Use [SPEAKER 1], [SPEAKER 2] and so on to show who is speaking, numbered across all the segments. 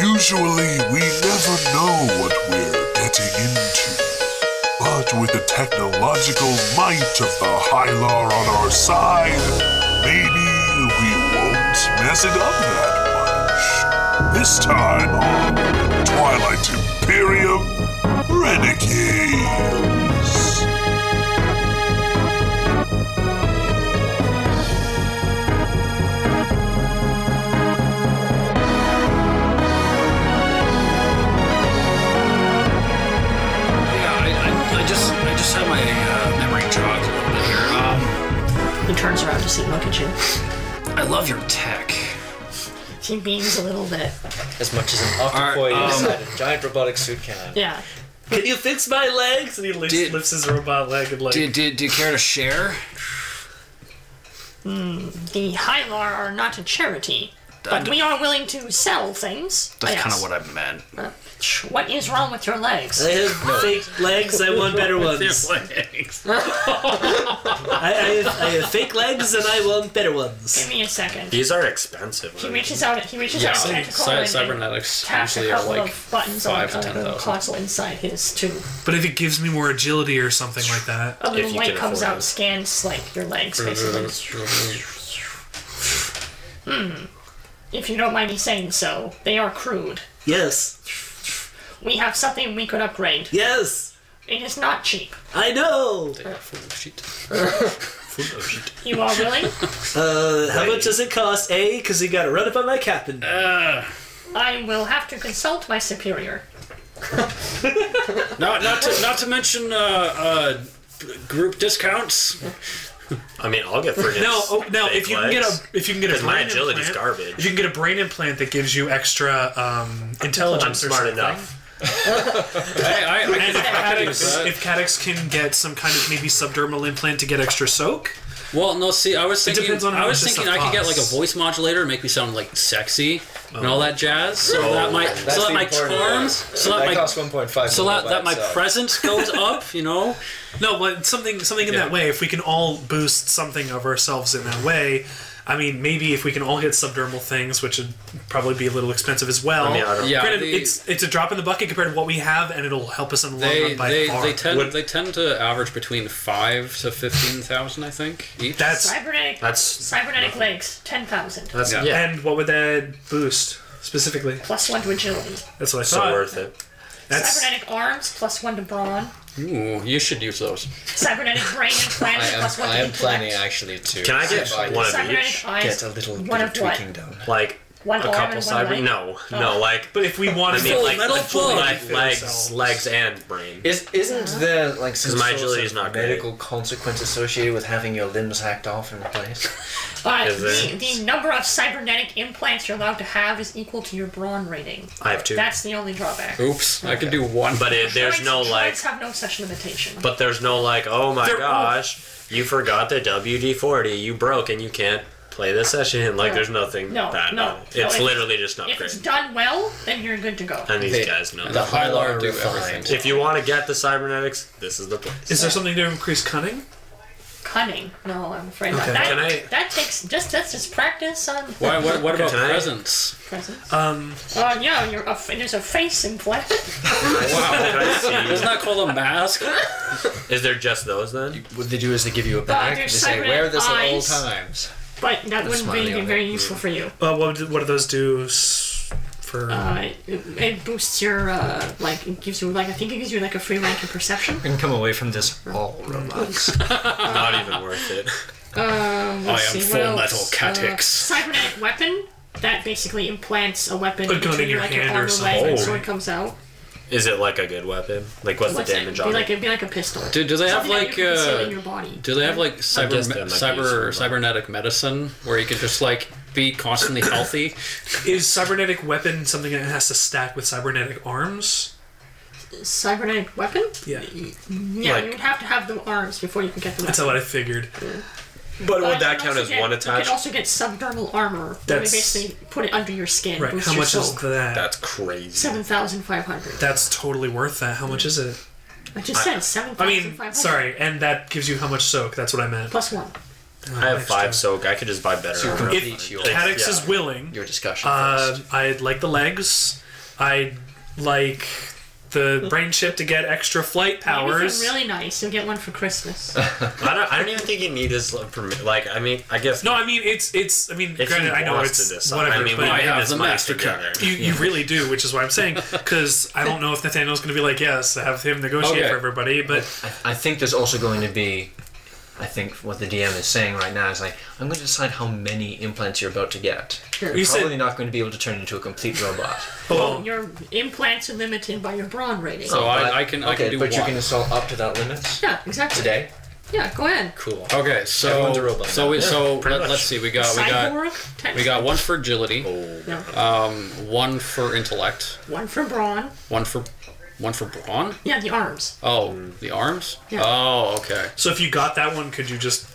[SPEAKER 1] Usually, we never know what we're getting into. But with the technological might of the Hylar on our side, maybe we won't mess it up that much. This time on Twilight Imperium Renegades.
[SPEAKER 2] Yeah, I, I, I just I just had my uh, memory jogged a little bit here. Um,
[SPEAKER 3] He turns around to see look at you.
[SPEAKER 2] I love your tech.
[SPEAKER 3] She beams a little bit.
[SPEAKER 4] As much as an
[SPEAKER 2] right,
[SPEAKER 4] octopoid
[SPEAKER 2] um,
[SPEAKER 4] inside a giant robotic suit can.
[SPEAKER 3] Yeah.
[SPEAKER 5] Can you fix my legs? And he lifts,
[SPEAKER 2] Did-
[SPEAKER 5] lifts his robot leg and like.
[SPEAKER 2] Did did do you care to share?
[SPEAKER 3] The Hylar are not a charity, but we are willing to sell things.
[SPEAKER 2] That's kind of what I meant.
[SPEAKER 3] I. What is wrong with your legs?
[SPEAKER 5] I have fake legs. I want better ones. I, I, have, I have fake legs and I want better ones.
[SPEAKER 3] Give me a second.
[SPEAKER 6] These are expensive.
[SPEAKER 3] He reaches out. He reaches
[SPEAKER 6] Yeah,
[SPEAKER 3] out.
[SPEAKER 6] cy-
[SPEAKER 3] tactical and
[SPEAKER 6] cybernetics
[SPEAKER 3] taps a
[SPEAKER 6] usually are
[SPEAKER 3] couple
[SPEAKER 6] like
[SPEAKER 3] of buttons on
[SPEAKER 6] five to ten
[SPEAKER 3] a
[SPEAKER 6] thousand.
[SPEAKER 3] console inside his too.
[SPEAKER 5] But if it gives me more agility or something like that,
[SPEAKER 3] A little
[SPEAKER 6] you
[SPEAKER 3] light
[SPEAKER 6] can
[SPEAKER 3] comes out,
[SPEAKER 6] afford it. Mm-hmm.
[SPEAKER 3] scans like your legs basically.
[SPEAKER 6] That's Hmm.
[SPEAKER 3] If you don't mind me saying so, they are crude.
[SPEAKER 5] yes,
[SPEAKER 3] We have something we could upgrade.
[SPEAKER 5] yes,
[SPEAKER 3] It is not cheap.
[SPEAKER 5] I know.
[SPEAKER 3] You are willing?
[SPEAKER 5] Uh, how much does it cost? A, because you got to run up on my captain.
[SPEAKER 3] I will have to consult my superior.
[SPEAKER 2] Not not to, not to mention uh, uh, group discounts.
[SPEAKER 6] I mean, I'll get free.
[SPEAKER 5] No, oh, no. If you can get a, if you can get a
[SPEAKER 6] Because my
[SPEAKER 5] brain
[SPEAKER 6] agility's
[SPEAKER 5] implant,
[SPEAKER 6] garbage.
[SPEAKER 5] If you can get a brain implant that gives you extra um, intelligence,
[SPEAKER 6] I'm
[SPEAKER 5] or
[SPEAKER 6] smart
[SPEAKER 5] something.
[SPEAKER 6] enough.
[SPEAKER 2] I, I, I,
[SPEAKER 5] And if
[SPEAKER 2] I could use
[SPEAKER 5] Caddix,
[SPEAKER 2] that.
[SPEAKER 5] if Caddix can get some kind of maybe subdermal implant to get extra soak,
[SPEAKER 2] Well, no. See, I was thinking.
[SPEAKER 5] depends on how
[SPEAKER 2] I was
[SPEAKER 5] much this
[SPEAKER 2] thinking I could get like a
[SPEAKER 5] costs. Oh.
[SPEAKER 2] voice modulator and make me sound like sexy and all that jazz. So that might so that
[SPEAKER 4] Oh, the
[SPEAKER 2] my
[SPEAKER 4] important
[SPEAKER 2] charms,
[SPEAKER 4] part.
[SPEAKER 2] so that
[SPEAKER 4] that
[SPEAKER 2] my
[SPEAKER 4] costs 1.5
[SPEAKER 2] so that, that my
[SPEAKER 4] present.
[SPEAKER 2] presence goes up. You know.
[SPEAKER 5] no, but something something in
[SPEAKER 2] Yeah.
[SPEAKER 5] that way. If we can all boost something of ourselves in that way, I mean, maybe if we can all get subdermal things, which would probably be a little expensive as well.
[SPEAKER 6] I mean, I don't-
[SPEAKER 2] Yeah.
[SPEAKER 5] Granted,
[SPEAKER 2] they-
[SPEAKER 5] it's it's a drop in the bucket compared to what we have, and it'll help us in the long
[SPEAKER 2] They
[SPEAKER 5] run Oh, by
[SPEAKER 2] they,
[SPEAKER 5] far.
[SPEAKER 2] they tend
[SPEAKER 6] Would-
[SPEAKER 2] they tend to average between five to fifteen thousand, I think. Each.
[SPEAKER 5] That's
[SPEAKER 3] Cybernetic
[SPEAKER 6] That's
[SPEAKER 3] cybernetic legs, ten thousand.
[SPEAKER 6] that's
[SPEAKER 2] Yeah.
[SPEAKER 6] yeah.
[SPEAKER 5] and what would that boost specifically?
[SPEAKER 3] Plus one to agility.
[SPEAKER 5] That's what I
[SPEAKER 6] So
[SPEAKER 5] thought.
[SPEAKER 6] worth it.
[SPEAKER 5] That's
[SPEAKER 3] Cybernetic arms, plus one to brawn.
[SPEAKER 2] Ooh, you should use those.
[SPEAKER 3] Cybernetic brain implant,
[SPEAKER 4] I am,
[SPEAKER 3] plus one
[SPEAKER 4] I
[SPEAKER 3] to
[SPEAKER 4] am planning
[SPEAKER 3] intellect.
[SPEAKER 4] actually to.
[SPEAKER 6] Can I get
[SPEAKER 4] see if
[SPEAKER 6] one of
[SPEAKER 3] Cybernetic
[SPEAKER 6] each?
[SPEAKER 3] eyes.
[SPEAKER 4] Get a little
[SPEAKER 3] one
[SPEAKER 4] bit of
[SPEAKER 3] of what?
[SPEAKER 4] tweaking done.
[SPEAKER 6] Like
[SPEAKER 3] One
[SPEAKER 6] a
[SPEAKER 3] arm
[SPEAKER 6] couple
[SPEAKER 3] and one
[SPEAKER 6] cyber.
[SPEAKER 3] leg?
[SPEAKER 6] No, no. Like
[SPEAKER 5] but if we wanted
[SPEAKER 6] I mean,
[SPEAKER 2] Full
[SPEAKER 6] like
[SPEAKER 2] metal
[SPEAKER 6] like,
[SPEAKER 2] plug.
[SPEAKER 6] like legs,
[SPEAKER 5] Ourselves.
[SPEAKER 6] legs, and brain.
[SPEAKER 4] Is, isn't there like some
[SPEAKER 6] my
[SPEAKER 4] sort
[SPEAKER 6] agility
[SPEAKER 4] of
[SPEAKER 6] is not great.
[SPEAKER 4] medical consequence associated with having your limbs hacked off and replaced?
[SPEAKER 3] Uh,
[SPEAKER 6] Is
[SPEAKER 3] the,
[SPEAKER 6] there-
[SPEAKER 3] the number of cybernetic implants you're allowed to have is equal to your brawn rating.
[SPEAKER 6] I have two.
[SPEAKER 3] That's the only drawback.
[SPEAKER 2] Oops, I could do one.
[SPEAKER 6] But it, there's no
[SPEAKER 3] Droids-
[SPEAKER 6] like.
[SPEAKER 3] droids have no such limitation.
[SPEAKER 6] But there's no like. Oh my
[SPEAKER 5] They're all-
[SPEAKER 6] gosh, you forgot the WD-40. You broke and you can't play this session. Like there's nothing
[SPEAKER 3] No,
[SPEAKER 6] bad
[SPEAKER 3] no,
[SPEAKER 6] about it.
[SPEAKER 3] no,
[SPEAKER 6] It's
[SPEAKER 3] if-
[SPEAKER 6] literally just not
[SPEAKER 3] if it's
[SPEAKER 6] great.
[SPEAKER 3] done well, then you're good to go.
[SPEAKER 6] And these
[SPEAKER 4] They-
[SPEAKER 6] guys know.
[SPEAKER 2] the
[SPEAKER 6] that.
[SPEAKER 2] Hylar do
[SPEAKER 4] refined.
[SPEAKER 2] everything.
[SPEAKER 6] If you want to get the cybernetics, this is the place.
[SPEAKER 5] is there something to increase cunning?
[SPEAKER 3] Cunning? No, I'm afraid not. That,
[SPEAKER 6] Can I-
[SPEAKER 3] that takes just that's just practice on
[SPEAKER 2] Why, what, what about
[SPEAKER 6] Can I-
[SPEAKER 2] presents?
[SPEAKER 3] presents.
[SPEAKER 5] Um,
[SPEAKER 3] Oh yeah, you're a, there's a face implant.
[SPEAKER 2] Wow,
[SPEAKER 6] Can I
[SPEAKER 2] isn't that called a mask?
[SPEAKER 6] see? Is there just those then?
[SPEAKER 4] What they do is they give you a bag. They
[SPEAKER 3] there's
[SPEAKER 4] say
[SPEAKER 3] cybernetic
[SPEAKER 4] wear this at all
[SPEAKER 3] eyes."
[SPEAKER 4] times.
[SPEAKER 3] But that wouldn't
[SPEAKER 4] smiley
[SPEAKER 3] be
[SPEAKER 4] on
[SPEAKER 3] very useful for you.
[SPEAKER 5] uh, what do- what do those do s- for?
[SPEAKER 3] Uh, it, it boosts your uh, like it gives you like I think it gives you like a free rank in perception.
[SPEAKER 4] We can come away from this all robots.
[SPEAKER 6] Not even worth it.
[SPEAKER 3] Um,
[SPEAKER 2] I am full metal
[SPEAKER 3] Uh,
[SPEAKER 2] catix.
[SPEAKER 3] cybernetic weapon that basically implants a weapon
[SPEAKER 5] A gun in
[SPEAKER 3] between,
[SPEAKER 5] your
[SPEAKER 3] like
[SPEAKER 5] hand
[SPEAKER 3] arm
[SPEAKER 5] or
[SPEAKER 3] and
[SPEAKER 5] something,
[SPEAKER 3] leg, and
[SPEAKER 5] right?
[SPEAKER 2] Oh.
[SPEAKER 3] so it comes out.
[SPEAKER 6] Is it like a good weapon? Like what's,
[SPEAKER 3] What's
[SPEAKER 6] the
[SPEAKER 3] it?
[SPEAKER 6] damage
[SPEAKER 3] Be
[SPEAKER 6] on
[SPEAKER 3] like
[SPEAKER 6] it?
[SPEAKER 3] it'd be like a pistol.
[SPEAKER 2] Do, do they have
[SPEAKER 3] Something that
[SPEAKER 2] like
[SPEAKER 3] you can conceal in
[SPEAKER 2] uh,
[SPEAKER 3] your body.
[SPEAKER 2] do they have like cyber
[SPEAKER 6] guess that might be
[SPEAKER 2] cyber
[SPEAKER 6] useful.
[SPEAKER 2] cybernetic medicine where you can just like be constantly healthy?
[SPEAKER 5] Is cybernetic weapon something that has to stack with cybernetic arms?
[SPEAKER 3] cybernetic weapon?
[SPEAKER 5] Yeah,
[SPEAKER 3] Yeah,
[SPEAKER 6] Like-
[SPEAKER 3] you would have to have the arms before you can get the
[SPEAKER 5] that's
[SPEAKER 3] weapon.
[SPEAKER 5] what I figured.
[SPEAKER 6] But
[SPEAKER 3] But
[SPEAKER 6] would
[SPEAKER 3] you
[SPEAKER 6] that
[SPEAKER 3] can
[SPEAKER 6] count
[SPEAKER 3] also
[SPEAKER 6] as
[SPEAKER 3] get-
[SPEAKER 6] one
[SPEAKER 3] You
[SPEAKER 6] attach?
[SPEAKER 3] can also get subdermal armor. That's... Where they
[SPEAKER 5] That's-
[SPEAKER 3] basically put it under your skin.
[SPEAKER 5] Right.
[SPEAKER 3] boosts
[SPEAKER 5] How
[SPEAKER 3] your
[SPEAKER 5] much is
[SPEAKER 3] soak.
[SPEAKER 5] that?
[SPEAKER 6] That's crazy.
[SPEAKER 3] Seven thousand five hundred.
[SPEAKER 5] That's totally worth that. How much is it?
[SPEAKER 3] I just said seven
[SPEAKER 5] I
[SPEAKER 3] thousand five
[SPEAKER 5] mean,
[SPEAKER 3] hundred.
[SPEAKER 5] sorry, and that gives you how much soak. That's what I meant.
[SPEAKER 3] Plus one.
[SPEAKER 6] I have five soak. I could just buy better.
[SPEAKER 7] To
[SPEAKER 6] armor.
[SPEAKER 7] complete your,
[SPEAKER 5] Haddox
[SPEAKER 6] yeah.
[SPEAKER 5] is willing.
[SPEAKER 7] your discussion
[SPEAKER 5] Uh,
[SPEAKER 7] first.
[SPEAKER 5] I'd like the legs. I'd like the brain chip to get extra flight
[SPEAKER 3] Maybe if
[SPEAKER 5] powers.
[SPEAKER 3] you're really nice, you'll get one for Christmas.
[SPEAKER 6] I don't. I don't even think you need his love for me. Like I mean, I guess
[SPEAKER 5] no, I mean it's it's. I mean,
[SPEAKER 6] If
[SPEAKER 5] granted,
[SPEAKER 6] he
[SPEAKER 5] I know
[SPEAKER 6] wants
[SPEAKER 5] it's
[SPEAKER 6] to decide,
[SPEAKER 5] whatever.
[SPEAKER 6] I mean, we
[SPEAKER 5] but
[SPEAKER 8] I
[SPEAKER 6] made
[SPEAKER 8] have
[SPEAKER 6] this
[SPEAKER 8] the
[SPEAKER 6] money
[SPEAKER 8] master
[SPEAKER 6] together.
[SPEAKER 8] card.
[SPEAKER 5] You, you really do, which is why I'm saying because I don't know if Nathaniel's going to be like, yes, have him negotiate
[SPEAKER 8] Okay.
[SPEAKER 5] for everybody, but
[SPEAKER 7] I think there's also going to be, I think what the DM is saying right now is like, I'm going to decide how many implants you're about to get. You're
[SPEAKER 5] You said-
[SPEAKER 7] probably not going to be able to turn into a complete robot.
[SPEAKER 5] well,
[SPEAKER 3] Your implants are limited by your brawn rating.
[SPEAKER 8] So
[SPEAKER 7] But-
[SPEAKER 8] I, I can I
[SPEAKER 7] okay,
[SPEAKER 8] can do
[SPEAKER 7] but you
[SPEAKER 8] one.
[SPEAKER 7] can assault up to that limit
[SPEAKER 3] yeah, exactly.
[SPEAKER 7] today.
[SPEAKER 3] Yeah, go ahead.
[SPEAKER 7] Cool.
[SPEAKER 8] Okay, so
[SPEAKER 7] Everyone's a robot
[SPEAKER 8] so
[SPEAKER 7] now.
[SPEAKER 8] we, so
[SPEAKER 6] pretty
[SPEAKER 8] let,
[SPEAKER 6] much.
[SPEAKER 8] us see. We got we got
[SPEAKER 3] Cyborg, tech-
[SPEAKER 8] we got one for agility,
[SPEAKER 3] yeah.
[SPEAKER 8] one for intellect,
[SPEAKER 3] one for brawn.
[SPEAKER 8] one for one for brawn.
[SPEAKER 3] Yeah, the arms.
[SPEAKER 8] Oh, the arms.
[SPEAKER 3] Yeah.
[SPEAKER 8] Oh, okay.
[SPEAKER 5] so if you got that one, could you just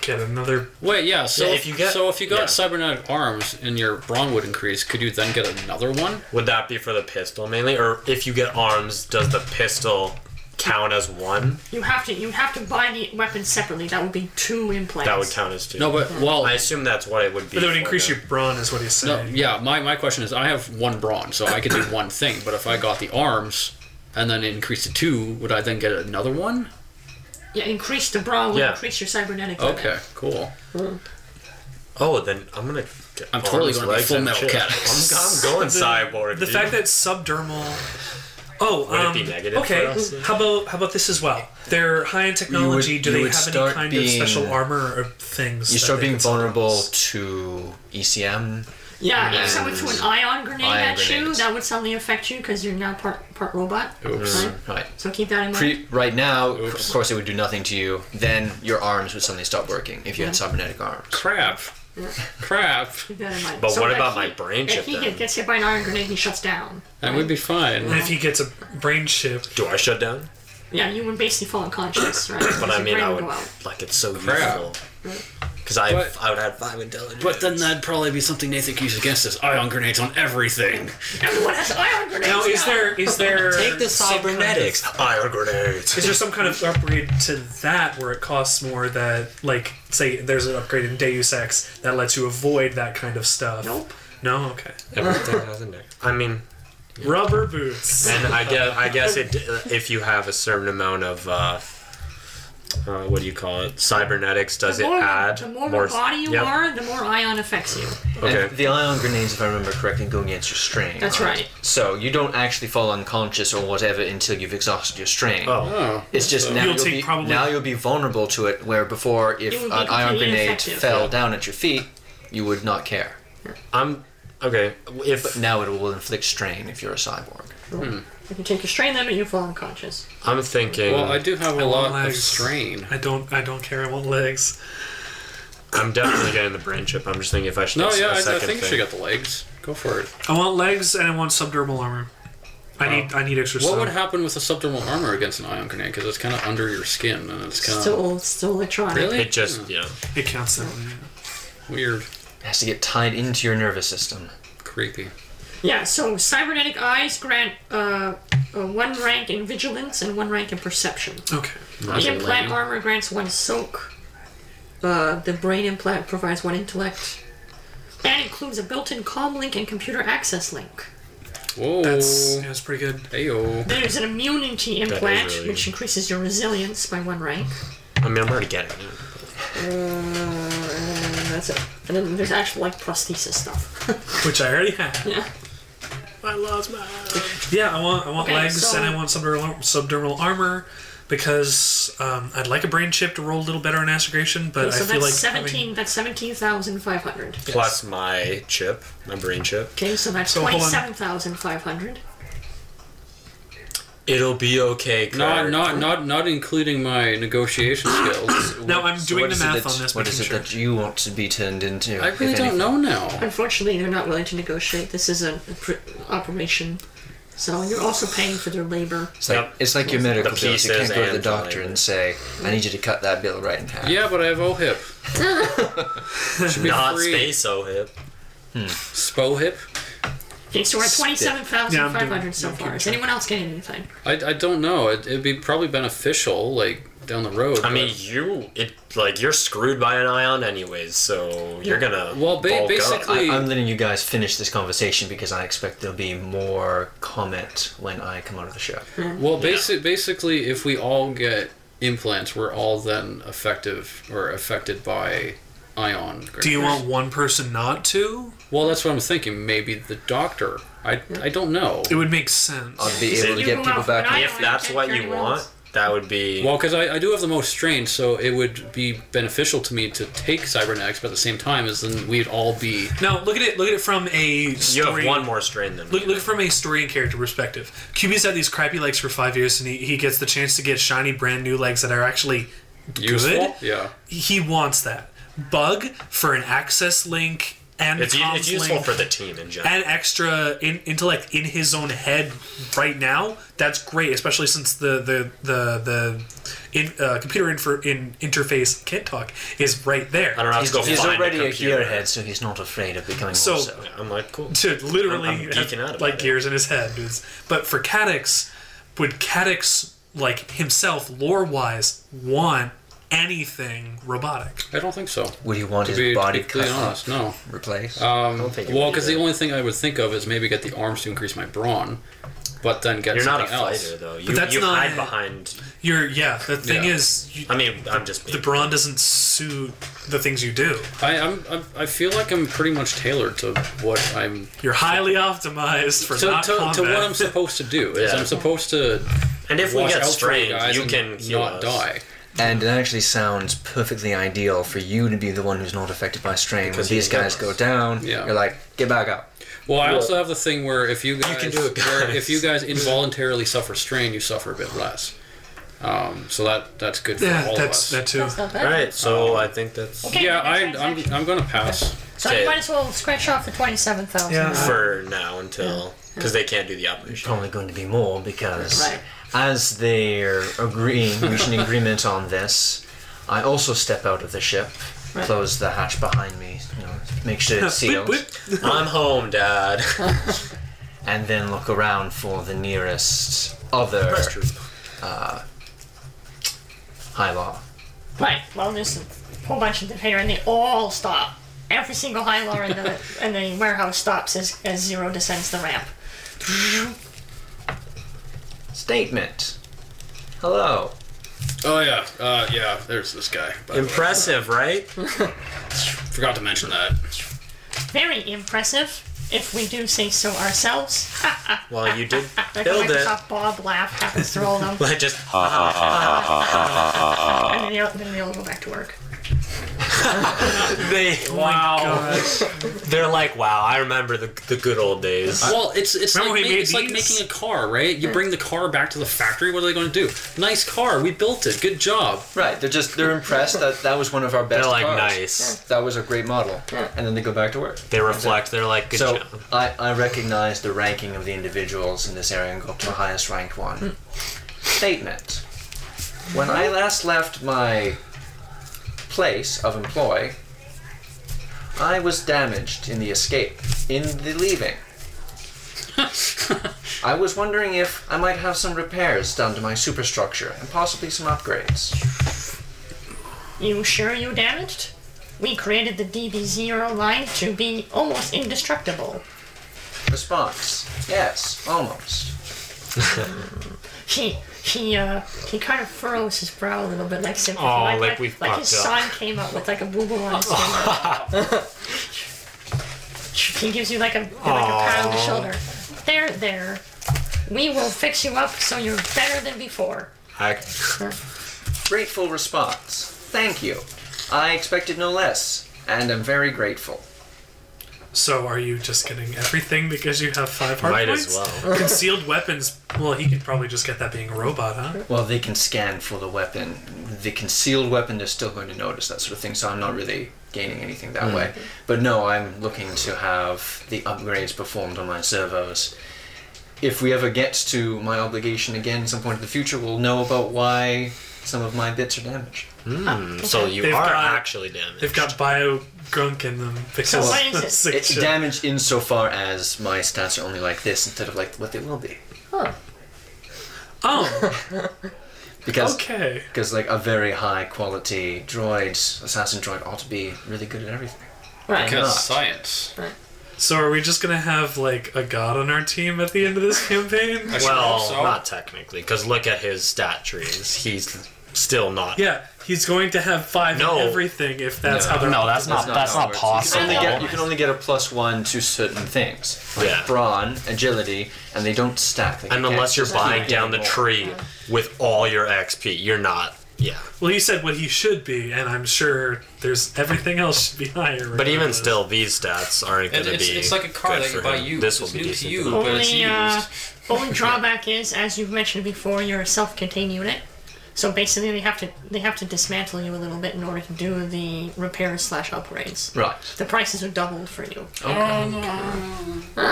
[SPEAKER 5] get another?
[SPEAKER 8] Wait, yeah. So
[SPEAKER 6] Yeah,
[SPEAKER 8] if you get, so if you got
[SPEAKER 6] yeah.
[SPEAKER 8] cybernetic arms and your brawn would increase, could you then get another one?
[SPEAKER 6] Would that be for the pistol mainly, or if you get arms, does the pistol count as one?
[SPEAKER 3] You have to you have to buy the weapon separately. That would be two implants.
[SPEAKER 6] That would count as two.
[SPEAKER 8] No, but well,
[SPEAKER 6] I assume that's what it would be.
[SPEAKER 5] But it would
[SPEAKER 6] for
[SPEAKER 5] increase
[SPEAKER 6] the-
[SPEAKER 5] your brawn, is what he's
[SPEAKER 8] no,
[SPEAKER 5] saying.
[SPEAKER 8] yeah. My my question is, I have one brawn, so I could do one thing. But if I got the arms and then increase to two, would I then get another one?
[SPEAKER 3] Yeah, increase the brawn would
[SPEAKER 6] Yeah.
[SPEAKER 3] increase your cybernetic. limit.
[SPEAKER 8] Okay, cool.
[SPEAKER 6] Oh, then I'm gonna. Get
[SPEAKER 8] I'm totally
[SPEAKER 6] arms,
[SPEAKER 8] gonna be
[SPEAKER 6] legs,
[SPEAKER 8] Full
[SPEAKER 6] and
[SPEAKER 8] Metal
[SPEAKER 6] shit.
[SPEAKER 8] Cadets.
[SPEAKER 6] I'm, I'm going cyborg.
[SPEAKER 5] The
[SPEAKER 6] dude.
[SPEAKER 5] fact that subdermal. Oh,
[SPEAKER 6] it
[SPEAKER 5] um,
[SPEAKER 6] be negative
[SPEAKER 5] okay.
[SPEAKER 6] for us?
[SPEAKER 5] How about how about this as well? They're high in technology.
[SPEAKER 7] would-
[SPEAKER 5] Do
[SPEAKER 7] you
[SPEAKER 5] they
[SPEAKER 7] would
[SPEAKER 5] have any
[SPEAKER 7] start
[SPEAKER 5] kind of
[SPEAKER 7] being-
[SPEAKER 5] special armor or things?
[SPEAKER 7] You
[SPEAKER 5] that
[SPEAKER 7] start
[SPEAKER 5] they
[SPEAKER 7] being
[SPEAKER 5] can sell?
[SPEAKER 7] vulnerable to E ECM.
[SPEAKER 3] Yeah, if someone threw an ion grenade
[SPEAKER 7] Ion
[SPEAKER 3] at you,
[SPEAKER 7] grenades.
[SPEAKER 3] that would suddenly affect you because you're now part part robot.
[SPEAKER 8] Oops.
[SPEAKER 3] Right?
[SPEAKER 7] Right.
[SPEAKER 3] So keep that in mind.
[SPEAKER 7] Pre- right now, of course, it would do nothing to you. Then your arms would suddenly stop working if you had cybernetic arms.
[SPEAKER 8] Crap. Crap.
[SPEAKER 3] keep that in mind.
[SPEAKER 6] But
[SPEAKER 3] So
[SPEAKER 6] what
[SPEAKER 3] if
[SPEAKER 6] about
[SPEAKER 3] he-
[SPEAKER 6] my brain
[SPEAKER 3] If
[SPEAKER 6] chip
[SPEAKER 3] he
[SPEAKER 6] then?
[SPEAKER 3] gets hit by an iron grenade, he shuts down.
[SPEAKER 8] That would be fine.
[SPEAKER 5] And if he gets a brain chip,
[SPEAKER 6] Do I shut down?
[SPEAKER 3] Yeah, you would basically fall unconscious, right?
[SPEAKER 6] But I mean, I would
[SPEAKER 3] Well,
[SPEAKER 6] like it's so
[SPEAKER 8] Crap.
[SPEAKER 6] useful. Because I
[SPEAKER 8] But-
[SPEAKER 6] I would have five intelligence.
[SPEAKER 8] But then that'd probably be something Nathan could use against us. Ion grenades on everything.
[SPEAKER 3] everyone has ion grenades.
[SPEAKER 5] now is there is there
[SPEAKER 6] take the
[SPEAKER 5] some kind of-
[SPEAKER 6] cybernetics. Iron grenades.
[SPEAKER 5] Is there some kind of upgrade to that where it costs more that, like, say there's an upgrade in Deus Ex that lets you avoid that kind of stuff?
[SPEAKER 3] Nope.
[SPEAKER 5] No? Okay.
[SPEAKER 6] Everything has a neck. I mean,
[SPEAKER 5] Rubber boots.
[SPEAKER 6] and I guess I guess it if you have a certain amount of. Uh, uh, what do you call it? Cybernetics. Does
[SPEAKER 3] The
[SPEAKER 6] it
[SPEAKER 3] more,
[SPEAKER 6] add
[SPEAKER 3] the more, body you
[SPEAKER 6] Yep.
[SPEAKER 3] are, the more ion affects you.
[SPEAKER 6] Okay.
[SPEAKER 7] And the ion grenades, if I remember correctly, go against your strain.
[SPEAKER 3] That's right.
[SPEAKER 7] So you don't actually fall unconscious or whatever until you've exhausted your strain.
[SPEAKER 6] Oh.
[SPEAKER 8] Oh.
[SPEAKER 7] It's just now
[SPEAKER 5] You'll
[SPEAKER 7] you'll,
[SPEAKER 5] take
[SPEAKER 7] be,
[SPEAKER 5] probably-
[SPEAKER 7] now you'll be vulnerable to it, where before if
[SPEAKER 3] It would
[SPEAKER 7] an
[SPEAKER 3] be
[SPEAKER 7] ion
[SPEAKER 3] completely
[SPEAKER 7] grenade
[SPEAKER 3] ineffective.
[SPEAKER 7] fell
[SPEAKER 3] Yeah.
[SPEAKER 7] down at your feet, you would not care.
[SPEAKER 6] I'm okay. If
[SPEAKER 7] Now it will inflict strain if you're a cyborg.
[SPEAKER 3] If you take a strain limit, you fall unconscious.
[SPEAKER 6] I'm thinking,
[SPEAKER 8] Well, I do have a lot of
[SPEAKER 5] legs.
[SPEAKER 8] strain.
[SPEAKER 5] I don't. I don't care. I want legs.
[SPEAKER 6] I'm definitely getting the brain chip. I'm just thinking if I should.
[SPEAKER 8] No,
[SPEAKER 6] get a
[SPEAKER 8] Oh, yeah, I, I
[SPEAKER 6] second
[SPEAKER 8] think
[SPEAKER 6] thing.
[SPEAKER 8] she got the legs. Go for it.
[SPEAKER 5] I want legs and I want subdermal armor. I need. I need extra
[SPEAKER 8] What
[SPEAKER 5] stuff.
[SPEAKER 8] would happen with a subdermal armor against an ion grenade? Because it's kind of under your skin and it's
[SPEAKER 2] Oh.
[SPEAKER 8] kind of
[SPEAKER 3] Still, still electronic.
[SPEAKER 8] really
[SPEAKER 6] It just yeah.
[SPEAKER 5] it counts that way.
[SPEAKER 8] weird,
[SPEAKER 7] It has to get tied into your nervous system.
[SPEAKER 8] creepy.
[SPEAKER 3] Yeah. So cybernetic eyes grant uh, uh, one rank in vigilance and one rank in perception.
[SPEAKER 5] Okay.
[SPEAKER 8] That's
[SPEAKER 3] the implant
[SPEAKER 8] lame.
[SPEAKER 3] armor grants one soak. Uh, the brain implant provides one intellect. And includes a built-in comm link and computer access link.
[SPEAKER 8] Whoa.
[SPEAKER 5] That's yeah, that's pretty good.
[SPEAKER 8] Heyo.
[SPEAKER 3] There's an immunity implant,
[SPEAKER 6] really
[SPEAKER 3] which
[SPEAKER 6] good.
[SPEAKER 3] increases your resilience by one rank. Uh,
[SPEAKER 6] I mean, I'm already getting it.
[SPEAKER 3] And that's it. And then there's actual like prosthesis stuff.
[SPEAKER 5] Which I already have.
[SPEAKER 3] yeah.
[SPEAKER 5] I lost my. Yeah, I want. I want
[SPEAKER 3] Okay,
[SPEAKER 5] legs
[SPEAKER 3] so-
[SPEAKER 5] and I want subdermal subdermal armor. Because um, I'd like a brain chip to roll a little better on astrogation, but
[SPEAKER 3] so
[SPEAKER 5] I
[SPEAKER 3] that's
[SPEAKER 5] feel like having-
[SPEAKER 3] seventeen. That's seventeen thousand five hundred.
[SPEAKER 6] Plus my chip, my brain chip.
[SPEAKER 3] Okay, so that's
[SPEAKER 5] So hold on.
[SPEAKER 3] twenty-seven thousand five hundred.
[SPEAKER 6] It'll be okay.
[SPEAKER 8] Not,
[SPEAKER 6] Kurt.
[SPEAKER 8] not, not, not including my negotiation skills.
[SPEAKER 5] Now I'm
[SPEAKER 7] So
[SPEAKER 5] doing
[SPEAKER 7] what
[SPEAKER 5] the
[SPEAKER 7] is it
[SPEAKER 5] math
[SPEAKER 7] that-
[SPEAKER 5] on this.
[SPEAKER 7] What is
[SPEAKER 5] making
[SPEAKER 7] it
[SPEAKER 5] sure.
[SPEAKER 7] that you want to be turned into?
[SPEAKER 8] I
[SPEAKER 7] if
[SPEAKER 8] really don't
[SPEAKER 7] anything?
[SPEAKER 8] know now.
[SPEAKER 3] Unfortunately, they're not willing to negotiate. This is a, a pr- operation, so you're also paying for their labor.
[SPEAKER 7] It's like,
[SPEAKER 6] Yep.
[SPEAKER 7] it's like your medical
[SPEAKER 6] The
[SPEAKER 7] bills. You can't
[SPEAKER 6] pieces
[SPEAKER 7] go to the
[SPEAKER 6] and
[SPEAKER 7] doctor
[SPEAKER 6] like-
[SPEAKER 7] and say, "I need you to cut that bill right in half."
[SPEAKER 8] Yeah, but I have OHIP. Should be
[SPEAKER 6] Not
[SPEAKER 8] free.
[SPEAKER 6] space oh hip.
[SPEAKER 8] Spohip.
[SPEAKER 3] Okay, so we're at twenty-seven thousand five
[SPEAKER 5] Yeah, I'm
[SPEAKER 3] hundred
[SPEAKER 5] doing-
[SPEAKER 3] so
[SPEAKER 5] I'm
[SPEAKER 3] far.
[SPEAKER 5] keeping
[SPEAKER 3] Is
[SPEAKER 5] track.
[SPEAKER 3] anyone else getting anything?
[SPEAKER 2] I, I don't know. It, it'd be probably beneficial, like down the road.
[SPEAKER 6] I mean,
[SPEAKER 2] but-
[SPEAKER 6] you it like you're screwed by an ion anyways, so you're gonna
[SPEAKER 2] Well, ba-
[SPEAKER 6] bulk up.
[SPEAKER 2] basically-
[SPEAKER 7] I, I'm letting you guys finish this conversation because I expect there'll be more comment when I come out of the show.
[SPEAKER 2] well, basic, basically, if we all get implants, we're all then effective or affected by ion.
[SPEAKER 5] Do you want one person not to?
[SPEAKER 2] Well, that's what I'm thinking. Maybe the doctor. I, I don't know.
[SPEAKER 5] It would make sense.
[SPEAKER 7] I'll be
[SPEAKER 6] Is
[SPEAKER 7] able
[SPEAKER 6] it-
[SPEAKER 7] to get people back.
[SPEAKER 6] if that's what you want, that would be
[SPEAKER 2] Well, because I, I do have the most strain, so it would be beneficial to me to take cybernetics, but at the same time, is then we'd all be.
[SPEAKER 5] Now look at it. Look at it from a
[SPEAKER 6] you
[SPEAKER 5] story.
[SPEAKER 6] have one more strain than
[SPEAKER 5] Look,
[SPEAKER 6] me.
[SPEAKER 5] look from a story and character perspective. QB's had these crappy legs for five years, and he, he gets the chance to get shiny, brand new legs that are actually
[SPEAKER 2] Useful?
[SPEAKER 5] good.
[SPEAKER 2] Yeah.
[SPEAKER 5] He wants that. Bug for an access link and
[SPEAKER 6] It's, u-
[SPEAKER 5] comms
[SPEAKER 6] it's useful
[SPEAKER 5] link
[SPEAKER 6] for the team in general.
[SPEAKER 5] and extra in, intellect in his own head right now. That's great, especially since the the the the in, uh, computer infer, in interface can't talk is right there.
[SPEAKER 6] I don't have to
[SPEAKER 7] He's,
[SPEAKER 6] go
[SPEAKER 7] he's
[SPEAKER 6] find
[SPEAKER 7] already
[SPEAKER 6] a
[SPEAKER 7] a
[SPEAKER 6] computer.
[SPEAKER 7] gear head, so he's not afraid of becoming
[SPEAKER 5] So-
[SPEAKER 7] more so.
[SPEAKER 6] I'm like, cool.
[SPEAKER 5] to literally
[SPEAKER 6] I'm- I'm
[SPEAKER 5] have,
[SPEAKER 6] geeking out about
[SPEAKER 5] like
[SPEAKER 6] it.
[SPEAKER 5] gears in his head. dudes. But for Cadix, would Cadix like himself lore wise want anything robotic?
[SPEAKER 2] I don't think so.
[SPEAKER 7] Would he want
[SPEAKER 2] To
[SPEAKER 7] his
[SPEAKER 2] be, to
[SPEAKER 7] body
[SPEAKER 2] be completely
[SPEAKER 7] cut
[SPEAKER 2] honest,
[SPEAKER 7] off,
[SPEAKER 2] no.
[SPEAKER 7] replaced?
[SPEAKER 2] Um,
[SPEAKER 6] don't think it
[SPEAKER 2] well,
[SPEAKER 6] would
[SPEAKER 2] because
[SPEAKER 6] either.
[SPEAKER 2] the only thing I would think of is maybe get the arms to increase my brawn, but then get
[SPEAKER 6] You're not a
[SPEAKER 2] something
[SPEAKER 6] fighter
[SPEAKER 2] else.
[SPEAKER 6] though. You,
[SPEAKER 5] that's
[SPEAKER 6] you
[SPEAKER 5] not-
[SPEAKER 6] hide behind.
[SPEAKER 5] You're yeah. The thing
[SPEAKER 2] Yeah.
[SPEAKER 5] is, you,
[SPEAKER 6] I mean, I'm just being
[SPEAKER 5] the brawn doesn't suit the things you do.
[SPEAKER 2] I, I'm, I'm, I feel like I'm pretty much tailored to what I'm
[SPEAKER 5] You're highly optimized for
[SPEAKER 2] to,
[SPEAKER 5] not
[SPEAKER 2] to,
[SPEAKER 5] combat.
[SPEAKER 2] to what I'm supposed to do. Is
[SPEAKER 6] Yeah.
[SPEAKER 2] I'm supposed to
[SPEAKER 6] And if we
[SPEAKER 2] watch
[SPEAKER 6] get
[SPEAKER 2] out for you
[SPEAKER 6] strained,
[SPEAKER 2] guys
[SPEAKER 6] you
[SPEAKER 2] and
[SPEAKER 6] can heal
[SPEAKER 2] not
[SPEAKER 6] us.
[SPEAKER 2] die.
[SPEAKER 7] And it actually sounds perfectly ideal for you to be the one who's not affected by strain. When
[SPEAKER 6] Because he
[SPEAKER 7] these guys go
[SPEAKER 6] knows.
[SPEAKER 7] down,
[SPEAKER 2] Yeah.
[SPEAKER 7] you're like, get back up.
[SPEAKER 2] Well, I also have the thing where if you guys,
[SPEAKER 6] can do it,
[SPEAKER 2] Where
[SPEAKER 6] guys.
[SPEAKER 2] if you guys involuntarily suffer strain, you suffer a bit less. Um, so that that's good for
[SPEAKER 5] yeah,
[SPEAKER 2] all
[SPEAKER 5] that's
[SPEAKER 2] of
[SPEAKER 5] that
[SPEAKER 2] us.
[SPEAKER 5] too.
[SPEAKER 3] Not bad.
[SPEAKER 6] All right, so Oh, I think that's
[SPEAKER 3] Okay,
[SPEAKER 2] yeah, I,
[SPEAKER 3] next
[SPEAKER 2] I'm,
[SPEAKER 3] transaction.
[SPEAKER 2] I'm gonna pass.
[SPEAKER 3] So
[SPEAKER 6] Okay.
[SPEAKER 3] you might as well scratch off the twenty-seven thousand.
[SPEAKER 5] Yeah.
[SPEAKER 6] for now until because they can't do the operation.
[SPEAKER 7] Probably going to be more because
[SPEAKER 3] Right.
[SPEAKER 7] as they're agreeing, reaching agreement on this, I also step out of the ship,
[SPEAKER 3] Right.
[SPEAKER 7] close the hatch behind me, you know, make sure it's
[SPEAKER 5] Whip,
[SPEAKER 7] sealed,
[SPEAKER 5] whip.
[SPEAKER 6] I'm home, Dad.
[SPEAKER 7] and then look around for the nearest other uh,
[SPEAKER 6] That's true.
[SPEAKER 7] high bar.
[SPEAKER 3] Right. Well, there's a whole bunch of them here, and they all stop. Every single high lower in the in the warehouse stops as, as Zero descends the ramp.
[SPEAKER 7] Statement. Hello.
[SPEAKER 2] Oh yeah, uh, yeah. There's this guy. by the way.
[SPEAKER 6] Impressive, right?
[SPEAKER 2] Forgot to mention that.
[SPEAKER 3] Very impressive, if we do say so ourselves.
[SPEAKER 6] Well, you did
[SPEAKER 3] Like a
[SPEAKER 6] build it.
[SPEAKER 3] Microsoft Bob laugh happens to all of them,
[SPEAKER 6] Like just
[SPEAKER 3] and then they, all, then they all go back to work.
[SPEAKER 6] they wow. They're like, wow, I remember the, the good old days.
[SPEAKER 2] Well, it's it's like,
[SPEAKER 5] Remember we
[SPEAKER 2] ma-
[SPEAKER 5] made
[SPEAKER 2] it's like
[SPEAKER 5] these? Hmm.
[SPEAKER 2] making a car, right? You bring the car back to the factory. What are they going to do? Nice car. We built it. Good job.
[SPEAKER 7] Right, they're just they're impressed that that was one of our best.
[SPEAKER 6] They're like
[SPEAKER 7] cars.
[SPEAKER 6] nice.
[SPEAKER 7] That was a great model, and then they go back to work.
[SPEAKER 6] They reflect. They're like, good
[SPEAKER 7] So
[SPEAKER 6] job.
[SPEAKER 7] I, I recognize the ranking of the individuals in this area and go up to the highest ranked one. Statement. When I last left my place of employ, I was damaged in the escape, in the leaving. I was wondering if I might have some repairs done to my superstructure and possibly some upgrades.
[SPEAKER 3] You sure you damaged? We created the DB0 line to be almost indestructible.
[SPEAKER 7] Response. Yes, almost.
[SPEAKER 3] He he uh he kind of furrows his brow a little bit, like sympathy.
[SPEAKER 6] Aw,
[SPEAKER 3] like,
[SPEAKER 6] Oh, like we
[SPEAKER 3] like his
[SPEAKER 6] fucked up.
[SPEAKER 3] son came up with like a boo boo on his finger. he gives you like a like a pat on the shoulder. There, there. We will fix you up so you're better than before.
[SPEAKER 6] I,
[SPEAKER 7] Grateful response. Thank you. I expected no less, and am very grateful.
[SPEAKER 5] So are you just getting everything because you have five hard
[SPEAKER 6] Might as
[SPEAKER 5] points?
[SPEAKER 6] well.
[SPEAKER 5] Concealed weapons. Well, he could probably just get that being a robot, huh?
[SPEAKER 7] Well, they can scan for the weapon. The concealed weapon, they're still going to notice that sort of thing, so I'm not really gaining anything that way. But no, I'm looking to have the upgrades performed on my servos. If we ever get to my obligation again at some point in the future, we'll know about why Some of my bits are damaged.
[SPEAKER 6] So you
[SPEAKER 5] They've
[SPEAKER 6] are
[SPEAKER 5] got-
[SPEAKER 6] actually damaged.
[SPEAKER 5] They've got bio gunk in them.
[SPEAKER 3] So what is it?
[SPEAKER 7] It's damaged insofar as my stats are only like this instead of like what they will be.
[SPEAKER 3] Huh.
[SPEAKER 5] Oh,
[SPEAKER 7] Because
[SPEAKER 5] okay.
[SPEAKER 7] because like a very high quality droid, assassin droid, ought to be really good at everything.
[SPEAKER 3] Right.
[SPEAKER 8] Because
[SPEAKER 7] not?
[SPEAKER 8] Uh, science.
[SPEAKER 5] So are we just gonna have like a god on our team at the end of this campaign?
[SPEAKER 8] I sure
[SPEAKER 6] well,
[SPEAKER 8] hope so.
[SPEAKER 6] not technically, because look at his stat trees. He's still not.
[SPEAKER 5] Yeah, he's going to have five in
[SPEAKER 6] No.
[SPEAKER 5] everything if that's how they're.
[SPEAKER 6] No, that's not.
[SPEAKER 7] not
[SPEAKER 6] That's
[SPEAKER 7] how it
[SPEAKER 6] not
[SPEAKER 7] works.
[SPEAKER 6] possible.
[SPEAKER 7] You can, only get, you can only get a plus one to certain things, like
[SPEAKER 6] Yeah.
[SPEAKER 7] brawn, agility, and they don't stack. Like,
[SPEAKER 6] And
[SPEAKER 7] you
[SPEAKER 6] unless
[SPEAKER 7] can't
[SPEAKER 6] you're
[SPEAKER 7] just
[SPEAKER 6] buying
[SPEAKER 7] keep
[SPEAKER 6] down the
[SPEAKER 7] getting more.
[SPEAKER 6] tree with all your XP, you're not. Yeah.
[SPEAKER 5] Well, he said what he should be, and I'm sure there's everything else should be higher.
[SPEAKER 6] But even
[SPEAKER 5] regardless.
[SPEAKER 6] still, these stats aren't
[SPEAKER 8] And
[SPEAKER 6] going to
[SPEAKER 8] it's,
[SPEAKER 6] be.
[SPEAKER 8] it's like a car
[SPEAKER 6] good
[SPEAKER 8] that you
[SPEAKER 6] for
[SPEAKER 8] buy
[SPEAKER 6] him.
[SPEAKER 8] used.
[SPEAKER 6] This will
[SPEAKER 8] It's
[SPEAKER 6] be
[SPEAKER 8] new
[SPEAKER 6] decent.
[SPEAKER 8] to you,
[SPEAKER 6] though.
[SPEAKER 8] but it's
[SPEAKER 3] Only,
[SPEAKER 8] used.
[SPEAKER 3] uh, only drawback is, as you've mentioned before, you're a self-contained unit. So basically, they have to they have to dismantle you a little bit in order to do the repairs slash upgrades.
[SPEAKER 7] Right.
[SPEAKER 3] The prices are doubled for you.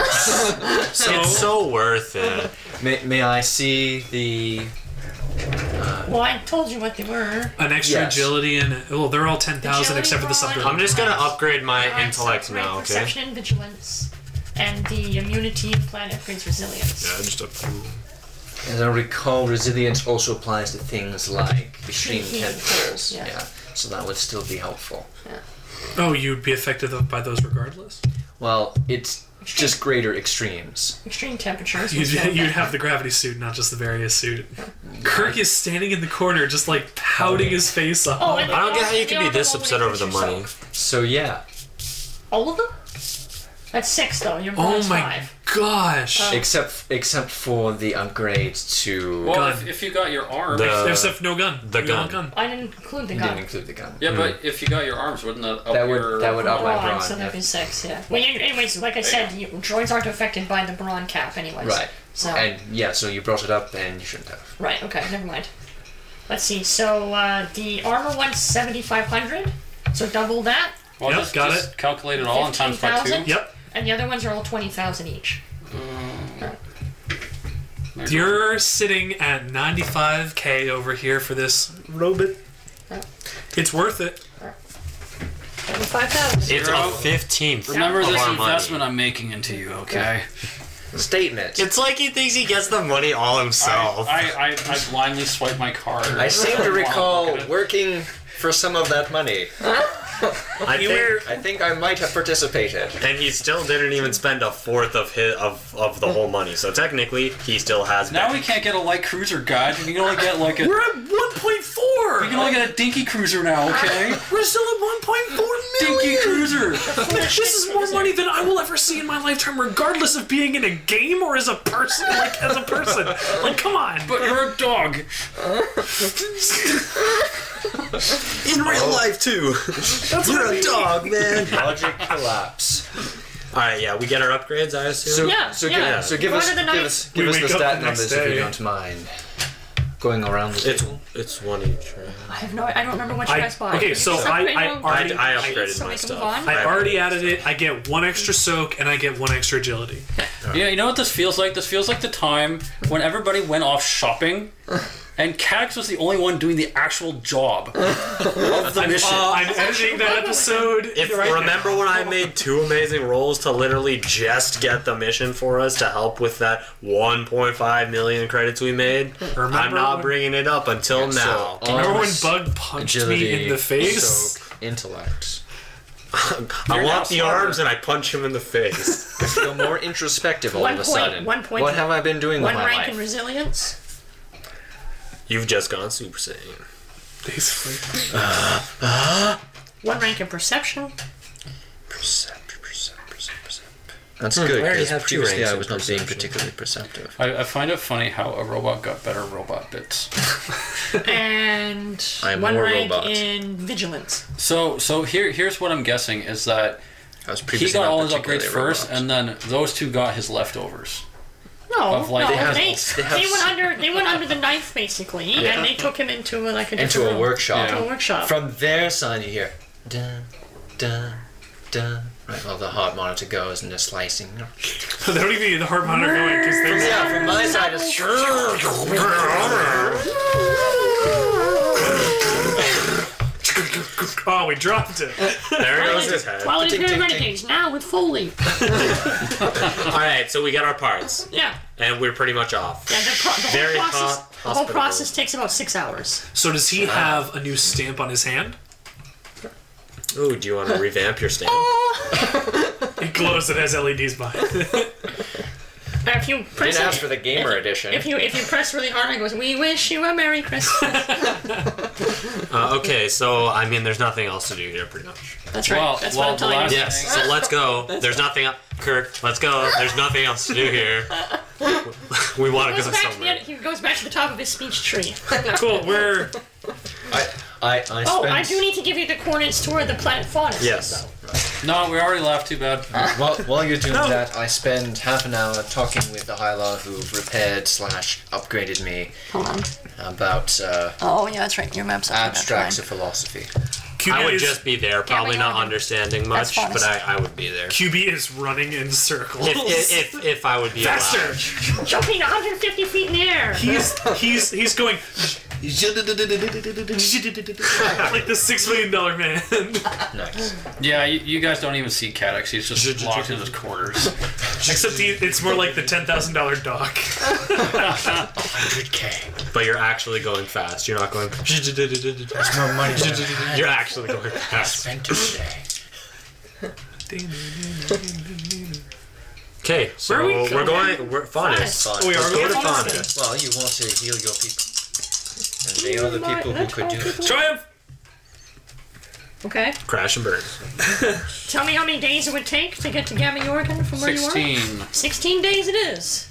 [SPEAKER 6] It's so worth it.
[SPEAKER 7] May, may I see the?
[SPEAKER 3] Well, I told you what they were.
[SPEAKER 5] an extra
[SPEAKER 7] Yes.
[SPEAKER 5] agility and well, they're all ten thousand
[SPEAKER 3] Agility,
[SPEAKER 5] except for the
[SPEAKER 3] brawn,
[SPEAKER 5] sub.
[SPEAKER 6] I'm just gonna upgrade my
[SPEAKER 3] Alright,
[SPEAKER 6] intellect
[SPEAKER 3] Uh, so upgrade
[SPEAKER 6] now. Okay.
[SPEAKER 3] Perception, vigilance, and the immunity plan upgrades resilience.
[SPEAKER 6] Yeah, just up-
[SPEAKER 7] As I recall, resilience also applies to things like machine
[SPEAKER 3] Machine
[SPEAKER 7] tentacles.
[SPEAKER 3] yeah.
[SPEAKER 7] So that would still be helpful.
[SPEAKER 5] Oh, you'd be affected by those regardless.
[SPEAKER 7] Well, it's just greater extremes.
[SPEAKER 3] Extreme temperatures.
[SPEAKER 5] You'd,
[SPEAKER 3] which are
[SPEAKER 5] you'd have the gravity suit, not just the various suit. Kirk is standing in the corner, just like pouting his face off.
[SPEAKER 3] Oh, and
[SPEAKER 6] I don't
[SPEAKER 3] they
[SPEAKER 6] get how you
[SPEAKER 3] also-
[SPEAKER 6] can
[SPEAKER 3] they
[SPEAKER 6] be
[SPEAKER 3] are the
[SPEAKER 6] this
[SPEAKER 3] one
[SPEAKER 6] upset
[SPEAKER 3] where you
[SPEAKER 6] over the
[SPEAKER 3] put
[SPEAKER 6] money.
[SPEAKER 3] yourself-
[SPEAKER 7] So yeah,
[SPEAKER 3] All of them? That's six, though. You're
[SPEAKER 5] Oh
[SPEAKER 3] minus
[SPEAKER 5] my
[SPEAKER 3] five.
[SPEAKER 5] gosh!
[SPEAKER 3] Oh.
[SPEAKER 7] except except for the upgrades to.
[SPEAKER 8] Well,
[SPEAKER 5] Gun.
[SPEAKER 8] if, if you got your arms.
[SPEAKER 6] The-
[SPEAKER 3] Uh,
[SPEAKER 5] Except for no gun.
[SPEAKER 6] the
[SPEAKER 5] We all
[SPEAKER 6] gun.
[SPEAKER 3] I didn't include the
[SPEAKER 7] didn't
[SPEAKER 3] gun.
[SPEAKER 7] include the gun.
[SPEAKER 8] yeah, but
[SPEAKER 6] Hmm.
[SPEAKER 8] if you got your arms, wouldn't that up
[SPEAKER 7] That
[SPEAKER 8] your.
[SPEAKER 7] would that would up my brawn.
[SPEAKER 3] Oh, so that'd
[SPEAKER 7] yeah.
[SPEAKER 3] be six, yeah. Well, you, anyways, like I said, you, droids aren't affected by the brawn cap, anyways.
[SPEAKER 7] Right.
[SPEAKER 3] So,
[SPEAKER 7] And yeah, so you brought it up, and you shouldn't have.
[SPEAKER 3] right, okay, never mind. Let's see, so uh, the armor one's 7,500, so double that,
[SPEAKER 8] Well,
[SPEAKER 5] Yep,
[SPEAKER 8] just,
[SPEAKER 5] got
[SPEAKER 8] just Calculate it all and times by two.
[SPEAKER 3] 15,000?
[SPEAKER 5] Yep.
[SPEAKER 3] and the other ones are all 20,000 each.
[SPEAKER 5] You're sitting at 95k over here for this robot. It's worth it.
[SPEAKER 3] Over 5,000.
[SPEAKER 6] It's
[SPEAKER 8] Zero.
[SPEAKER 6] a 15th.
[SPEAKER 8] Remember
[SPEAKER 6] of
[SPEAKER 8] this
[SPEAKER 6] our money.
[SPEAKER 8] investment I'm making into you, okay?
[SPEAKER 7] Statement.
[SPEAKER 6] It's like he thinks he gets the money all himself.
[SPEAKER 8] I, I, I blindly swipe my card.
[SPEAKER 7] I seem to recall
[SPEAKER 8] Look at it.
[SPEAKER 7] working for some of that money.
[SPEAKER 6] I think,
[SPEAKER 7] I think I might have participated.
[SPEAKER 6] and he still didn't even spend a fourth of his of, of the whole money. So technically, he still has.
[SPEAKER 8] Now
[SPEAKER 6] back.
[SPEAKER 8] we can't get a light cruiser guide. We can only get like a.
[SPEAKER 5] We're at 1.4.
[SPEAKER 8] We can only get a dinky cruiser now, okay?
[SPEAKER 5] We're still at 1.4
[SPEAKER 8] dinky
[SPEAKER 5] million.
[SPEAKER 8] cruiser!
[SPEAKER 5] This is more money than I will ever see in my lifetime, regardless of being in a game or as a person. Like as a person. Like come on.
[SPEAKER 8] But you're a dog!
[SPEAKER 6] in real life too. You're a dog, man.
[SPEAKER 7] Logic collapse.
[SPEAKER 6] All right, yeah, we get our upgrades. I assume.
[SPEAKER 7] So,
[SPEAKER 3] Yeah,
[SPEAKER 7] so
[SPEAKER 3] yeah.
[SPEAKER 7] give, so give
[SPEAKER 3] One
[SPEAKER 7] us,
[SPEAKER 3] of the
[SPEAKER 7] give
[SPEAKER 3] night-
[SPEAKER 7] us, give
[SPEAKER 5] We
[SPEAKER 7] us the
[SPEAKER 5] wake up
[SPEAKER 7] stat
[SPEAKER 5] the next
[SPEAKER 7] numbers if
[SPEAKER 5] day.
[SPEAKER 7] you don't mind. Going around the
[SPEAKER 6] it's it's one each. Right?
[SPEAKER 3] I have no, I don't remember what you
[SPEAKER 5] I-
[SPEAKER 3] guys bought.
[SPEAKER 5] okay,
[SPEAKER 3] You
[SPEAKER 5] so
[SPEAKER 3] just
[SPEAKER 5] I-
[SPEAKER 3] upgraded
[SPEAKER 5] I
[SPEAKER 3] all the sheets
[SPEAKER 6] I,
[SPEAKER 5] already-
[SPEAKER 6] I upgraded
[SPEAKER 3] so we
[SPEAKER 6] my
[SPEAKER 3] can
[SPEAKER 6] stuff.
[SPEAKER 3] move on?
[SPEAKER 5] I already added it. I get one extra soak and I get one extra agility.
[SPEAKER 8] Yeah, you know what this feels like? This feels like the time when everybody went off shopping and Cax was the only one doing the actual job of the mission.
[SPEAKER 5] I'm editing that episode.
[SPEAKER 6] If
[SPEAKER 5] right now.
[SPEAKER 6] remember when I made two amazing rolls to literally just get the mission for us to help with that 1.5 million credits we made, I'm
[SPEAKER 5] Remember
[SPEAKER 6] not
[SPEAKER 5] when-
[SPEAKER 6] bringing it up until now.
[SPEAKER 5] Remember when Bug punched me in the face?
[SPEAKER 7] intellect.
[SPEAKER 6] I
[SPEAKER 8] now
[SPEAKER 6] want the
[SPEAKER 8] smarter.
[SPEAKER 6] arms and I punch him in the face.
[SPEAKER 7] Feel more introspective all
[SPEAKER 3] One
[SPEAKER 7] of a
[SPEAKER 3] point,
[SPEAKER 7] sudden.
[SPEAKER 3] one point.
[SPEAKER 7] What have I been doing
[SPEAKER 3] One
[SPEAKER 7] with my
[SPEAKER 3] rank
[SPEAKER 7] life?
[SPEAKER 3] in resilience.
[SPEAKER 6] You've just gone Super Saiyan.
[SPEAKER 5] Basically.
[SPEAKER 3] One rank in perception.
[SPEAKER 6] Percep, percep, percep, percep.
[SPEAKER 7] That's good.
[SPEAKER 6] already
[SPEAKER 7] 'cause
[SPEAKER 6] have two
[SPEAKER 7] previously
[SPEAKER 6] ranks
[SPEAKER 7] Hmm. I
[SPEAKER 6] in
[SPEAKER 7] was not being
[SPEAKER 6] perception.
[SPEAKER 7] particularly perceptive.
[SPEAKER 8] I, I find it funny how a robot got better robot bits.
[SPEAKER 3] And
[SPEAKER 7] I am
[SPEAKER 3] one
[SPEAKER 7] more
[SPEAKER 3] rank
[SPEAKER 7] robot.
[SPEAKER 3] in vigilance.
[SPEAKER 8] So so here here's what I'm guessing is that
[SPEAKER 7] I was
[SPEAKER 8] he
[SPEAKER 7] previously
[SPEAKER 8] got
[SPEAKER 7] not
[SPEAKER 8] all his upgrades
[SPEAKER 7] particularly
[SPEAKER 8] first
[SPEAKER 7] robust.
[SPEAKER 8] and then those two got his leftovers.
[SPEAKER 3] No,
[SPEAKER 8] Of, like,
[SPEAKER 3] no,
[SPEAKER 8] they
[SPEAKER 3] they,
[SPEAKER 8] have-
[SPEAKER 3] they,
[SPEAKER 7] they have s-
[SPEAKER 3] went under they went under the knife basically, and they took him into uh, like a
[SPEAKER 7] into
[SPEAKER 3] different
[SPEAKER 7] a
[SPEAKER 3] room.
[SPEAKER 7] workshop.
[SPEAKER 3] Into a workshop.
[SPEAKER 7] From their side, you hear dun, dun, dun. Right, well, the heart monitor goes and they're slicing.
[SPEAKER 5] they don't even need the heart monitor going because they're
[SPEAKER 7] Yeah, from my side, it's.
[SPEAKER 5] oh, we dropped it.
[SPEAKER 6] There goes his head. All
[SPEAKER 3] Quality
[SPEAKER 7] Ding,
[SPEAKER 3] Period
[SPEAKER 7] ding, ding.
[SPEAKER 3] Renegades, now with Foley.
[SPEAKER 6] right, so we got our parts,
[SPEAKER 3] Yeah.
[SPEAKER 6] and we're pretty much off.
[SPEAKER 3] Yeah, the, pro- the, whole
[SPEAKER 6] Very
[SPEAKER 3] process,
[SPEAKER 6] hot
[SPEAKER 3] the whole
[SPEAKER 6] hospitable.
[SPEAKER 3] process takes about six hours.
[SPEAKER 5] So does he have a new stamp on his hand?
[SPEAKER 6] Ooh, do you want to revamp your stand?
[SPEAKER 5] It glows. It has LEDs behind. it.
[SPEAKER 3] Now, if you
[SPEAKER 7] I
[SPEAKER 3] press
[SPEAKER 7] didn't
[SPEAKER 3] it-
[SPEAKER 7] ask for the gamer edition.
[SPEAKER 3] if you if you press really hard, it goes. We wish you a merry Christmas.
[SPEAKER 6] Uh, okay, so I mean, there's nothing else to do here, pretty much.
[SPEAKER 3] That's right.
[SPEAKER 8] Well,
[SPEAKER 3] That's
[SPEAKER 8] well,
[SPEAKER 3] what
[SPEAKER 8] the
[SPEAKER 3] I'm telling
[SPEAKER 8] last
[SPEAKER 3] you.
[SPEAKER 6] Yes. So let's go. There's nothing. el- Kirk, let's go. There's nothing else to do here. We want
[SPEAKER 3] He goes, back
[SPEAKER 6] to go
[SPEAKER 3] to the,
[SPEAKER 6] somewhere.
[SPEAKER 3] end- he goes back to the top of his speech tree.
[SPEAKER 5] cool. We're
[SPEAKER 7] I, I, I
[SPEAKER 3] Oh,
[SPEAKER 7] spent,
[SPEAKER 3] I do need to give you the coordinates to where the planet fought us.
[SPEAKER 6] Yes.
[SPEAKER 8] No, we already left. Too bad.
[SPEAKER 7] while, while you're doing that, I spend half an hour talking with the Hylar who repaired slash upgraded me
[SPEAKER 3] Hold on.
[SPEAKER 7] about uh,
[SPEAKER 3] Oh, yeah, that's right. Your map's up.
[SPEAKER 7] abstracts of philosophy.
[SPEAKER 5] QB
[SPEAKER 6] I would
[SPEAKER 5] is,
[SPEAKER 6] just be there, probably
[SPEAKER 3] we
[SPEAKER 6] not
[SPEAKER 3] are.
[SPEAKER 6] understanding much,
[SPEAKER 3] fine.
[SPEAKER 6] but I, I would be there.
[SPEAKER 5] QB is running in circles.
[SPEAKER 6] If, if, if, if I would be
[SPEAKER 5] Faster.
[SPEAKER 6] allowed.
[SPEAKER 3] Jumping 150 feet in the air.
[SPEAKER 5] He's he's he's going like the six million dollar man.
[SPEAKER 7] Nice.
[SPEAKER 8] Yeah, you, you guys don't even see Cadex. He's just locked in his quarters.
[SPEAKER 5] Except he, it's more like the ten thousand dollar doc.
[SPEAKER 6] 100k. But you're actually going fast. You're not going.
[SPEAKER 7] No money.
[SPEAKER 6] You're actually going fast.
[SPEAKER 7] spent today.
[SPEAKER 6] Okay, so
[SPEAKER 5] Where are we
[SPEAKER 6] are
[SPEAKER 5] going? Oh,
[SPEAKER 6] going. We're Faunus.
[SPEAKER 7] Fun.
[SPEAKER 5] We are
[SPEAKER 6] Go
[SPEAKER 5] going
[SPEAKER 6] to
[SPEAKER 5] to
[SPEAKER 6] Faunus.
[SPEAKER 7] Well, you want to heal your people. And they are the
[SPEAKER 3] My-
[SPEAKER 7] people who
[SPEAKER 3] that's
[SPEAKER 7] could
[SPEAKER 3] all
[SPEAKER 7] do it.
[SPEAKER 3] people-
[SPEAKER 5] triumph.
[SPEAKER 3] Okay.
[SPEAKER 6] Crash and burn.
[SPEAKER 3] Tell me how many days it would take to get to Gamma Yorgan from where you are?
[SPEAKER 8] Sixteen.
[SPEAKER 3] 16 days it is.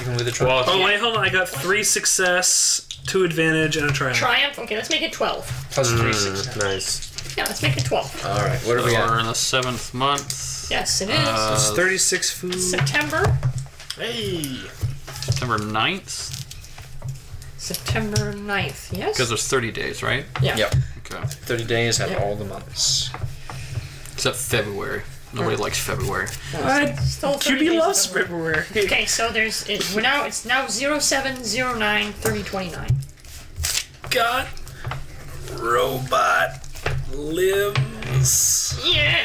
[SPEAKER 7] Even with a truck.
[SPEAKER 6] Well,
[SPEAKER 5] Oh wait, hold on. I got three success, two advantage, and a triumph.
[SPEAKER 3] Triumph. Okay, let's make it 12.
[SPEAKER 7] Plus three six.
[SPEAKER 6] Mm, nice.
[SPEAKER 3] Yeah, let's make it 12.
[SPEAKER 7] All right. What are we
[SPEAKER 8] We're
[SPEAKER 7] at?
[SPEAKER 8] in the seventh month,
[SPEAKER 3] Yes, it is.
[SPEAKER 8] Uh,
[SPEAKER 5] It's Thirty-six food.
[SPEAKER 3] September.
[SPEAKER 6] Hey.
[SPEAKER 8] September 9th,
[SPEAKER 3] September 9th. Yes.
[SPEAKER 8] because there's 30 days, right?
[SPEAKER 3] Yeah.
[SPEAKER 7] Yep.
[SPEAKER 8] Okay.
[SPEAKER 7] Thirty days have
[SPEAKER 3] Yeah.
[SPEAKER 7] all the months.
[SPEAKER 8] Except February. Nobody likes February.
[SPEAKER 3] Still 30 days
[SPEAKER 5] QB loves
[SPEAKER 3] left.
[SPEAKER 5] February.
[SPEAKER 3] Okay, so there's it, we're now it's now 0709 3029.
[SPEAKER 5] God. Robot limbs.
[SPEAKER 3] Yeah.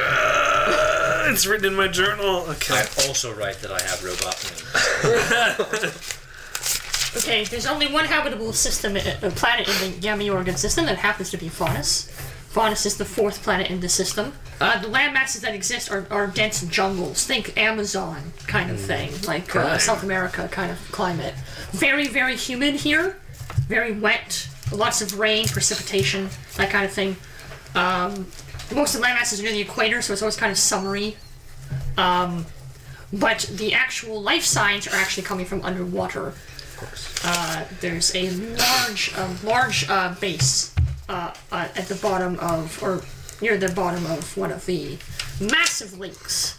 [SPEAKER 5] Motherfucker. It's written in my journal.
[SPEAKER 7] I
[SPEAKER 5] Okay.
[SPEAKER 7] also write that I have robot
[SPEAKER 3] Okay, there's only one habitable system, uh, uh, planet in the Gamma Yorgan system that happens to be Faunus. Faunus is the fourth planet in the system. Uh, the land masses that exist are, are dense jungles. Think Amazon kind of thing, like uh, South America kind of climate. Very, very humid here. Very wet. Lots of rain, precipitation, that kind of thing. Um, most of the land masses are near the equator, so it's always kind of summery. Um, but the actual life signs are actually coming from underwater Uh, there's a large, um, large uh, base uh, uh, at the bottom of, or near the bottom of one of the massive lakes.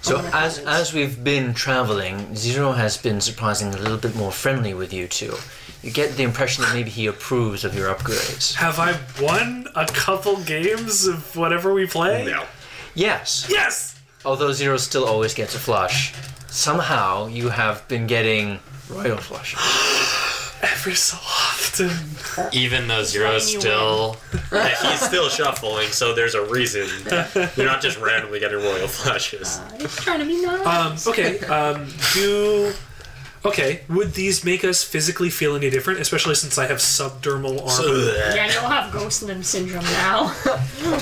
[SPEAKER 7] So
[SPEAKER 3] Oh,
[SPEAKER 7] as
[SPEAKER 3] that
[SPEAKER 7] as we've been traveling, Zero has been surprisingly a little bit more friendly with you two. You get the impression that maybe he approves of your upgrades.
[SPEAKER 5] Have I won a couple games of whatever we play?
[SPEAKER 6] No.
[SPEAKER 7] Yes.
[SPEAKER 5] Yes.
[SPEAKER 7] Although Zero still always gets a flush, somehow you have been getting royal flushes.
[SPEAKER 5] Every so often.
[SPEAKER 6] Even though Zero's
[SPEAKER 3] Tiny
[SPEAKER 6] still. he's still shuffling, so there's a reason. You're not just randomly getting royal flashes.
[SPEAKER 3] It's trying to be nice.
[SPEAKER 5] Um, okay. Um, do. Okay. Would these make us physically feel any different, especially since I have subdermal armor?
[SPEAKER 3] yeah, you'll have ghost limb syndrome now.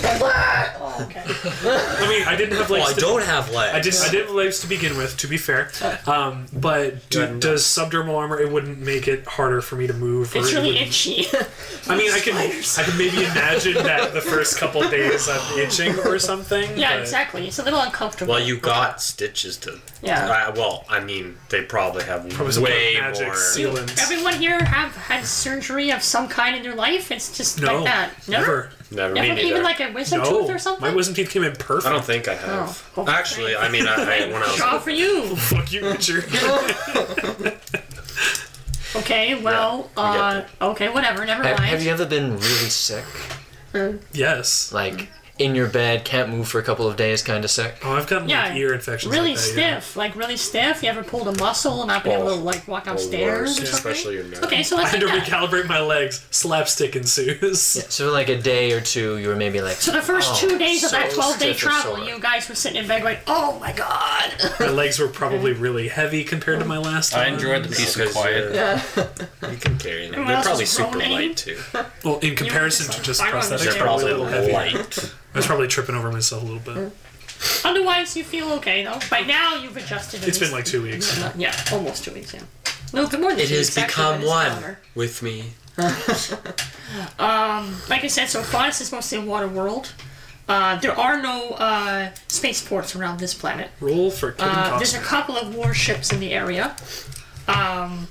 [SPEAKER 3] oh, okay.
[SPEAKER 5] I mean, I didn't have like.
[SPEAKER 6] well, I don't have legs.
[SPEAKER 5] I did. I did have legs to begin with. To be fair, um, but do, does subdermal armor? It wouldn't make it harder for me to move.
[SPEAKER 3] It's
[SPEAKER 5] or it
[SPEAKER 3] really
[SPEAKER 5] wouldn't-
[SPEAKER 3] itchy.
[SPEAKER 5] I mean, I can. I can maybe imagine that the first couple days I'm itching or something.
[SPEAKER 3] yeah,
[SPEAKER 5] but-
[SPEAKER 3] exactly. It's a little uncomfortable.
[SPEAKER 6] Well, you got stitches to.
[SPEAKER 3] Yeah.
[SPEAKER 6] Uh, well, I mean, they probably have
[SPEAKER 5] Probably some
[SPEAKER 6] way
[SPEAKER 5] kind of magic
[SPEAKER 6] more.
[SPEAKER 5] sealants.
[SPEAKER 3] Everyone here have had surgery of some kind in their life. It's just
[SPEAKER 5] no,
[SPEAKER 3] like that.
[SPEAKER 5] never.
[SPEAKER 6] Never
[SPEAKER 3] Never,
[SPEAKER 6] me
[SPEAKER 3] never
[SPEAKER 6] neither.
[SPEAKER 3] even like a wisdom
[SPEAKER 5] No,
[SPEAKER 3] tooth or something.
[SPEAKER 5] my wisdom teeth came in perfect.
[SPEAKER 6] I don't think I have.
[SPEAKER 3] Oh.
[SPEAKER 6] Actually, I mean, I, I when I was
[SPEAKER 3] Shaw for you.
[SPEAKER 5] Fuck you, Richard.
[SPEAKER 3] Okay, well,
[SPEAKER 6] we get
[SPEAKER 3] uh, okay, whatever. Never
[SPEAKER 7] Ha-
[SPEAKER 3] mind.
[SPEAKER 7] Have you ever been really sick?
[SPEAKER 5] yes.
[SPEAKER 7] Like in your bed, can't move for a couple of days, kind of sick.
[SPEAKER 5] Oh, I've gotten
[SPEAKER 3] Yeah,
[SPEAKER 5] like ear infections.
[SPEAKER 3] Really
[SPEAKER 5] like that, yeah.
[SPEAKER 3] stiff, like really stiff. You ever pulled a muscle and not been able to like walk upstairs or
[SPEAKER 6] worst,
[SPEAKER 3] something?
[SPEAKER 6] especially your neck.
[SPEAKER 3] Okay, so
[SPEAKER 5] I
[SPEAKER 3] let's
[SPEAKER 5] had to
[SPEAKER 3] take that.
[SPEAKER 5] recalibrate my legs. Slapstick ensues.
[SPEAKER 7] So like a day or two, you were maybe like,
[SPEAKER 3] So the first two days of
[SPEAKER 7] so
[SPEAKER 3] that 12 day
[SPEAKER 7] stiff and
[SPEAKER 3] travel,
[SPEAKER 7] sore.
[SPEAKER 3] you guys were sitting in bed going, "Oh my god."
[SPEAKER 5] My legs were probably really heavy compared to my last.
[SPEAKER 8] I
[SPEAKER 5] one.
[SPEAKER 8] enjoyed the peace and quiet.
[SPEAKER 6] You can carry them.
[SPEAKER 3] Everyone
[SPEAKER 6] They're
[SPEAKER 3] else
[SPEAKER 6] probably
[SPEAKER 3] is
[SPEAKER 6] super
[SPEAKER 3] groaning.
[SPEAKER 6] light too.
[SPEAKER 5] Well, in comparison to just
[SPEAKER 3] I don't
[SPEAKER 5] prosthetics,
[SPEAKER 3] understand.
[SPEAKER 6] They're
[SPEAKER 5] they were a
[SPEAKER 6] probably
[SPEAKER 5] little heavy.
[SPEAKER 6] light.
[SPEAKER 5] I was probably tripping over myself a little
[SPEAKER 3] Mm.
[SPEAKER 5] bit.
[SPEAKER 3] Otherwise, you feel okay though. By now, you've adjusted. at
[SPEAKER 5] It's been
[SPEAKER 3] least.
[SPEAKER 5] like two weeks.
[SPEAKER 3] yeah, almost two weeks. Yeah, no, good more than
[SPEAKER 7] It
[SPEAKER 3] two
[SPEAKER 7] has
[SPEAKER 3] weeks, actually,
[SPEAKER 7] become
[SPEAKER 3] but it's
[SPEAKER 7] one.
[SPEAKER 3] longer.
[SPEAKER 6] With me.
[SPEAKER 3] like I said, so Faunus is mostly a water world. Uh, there are no uh, spaceports around this planet.
[SPEAKER 5] Roll for Kevin
[SPEAKER 3] Uh, there's a
[SPEAKER 5] Costner.
[SPEAKER 3] couple of warships in the area. Um,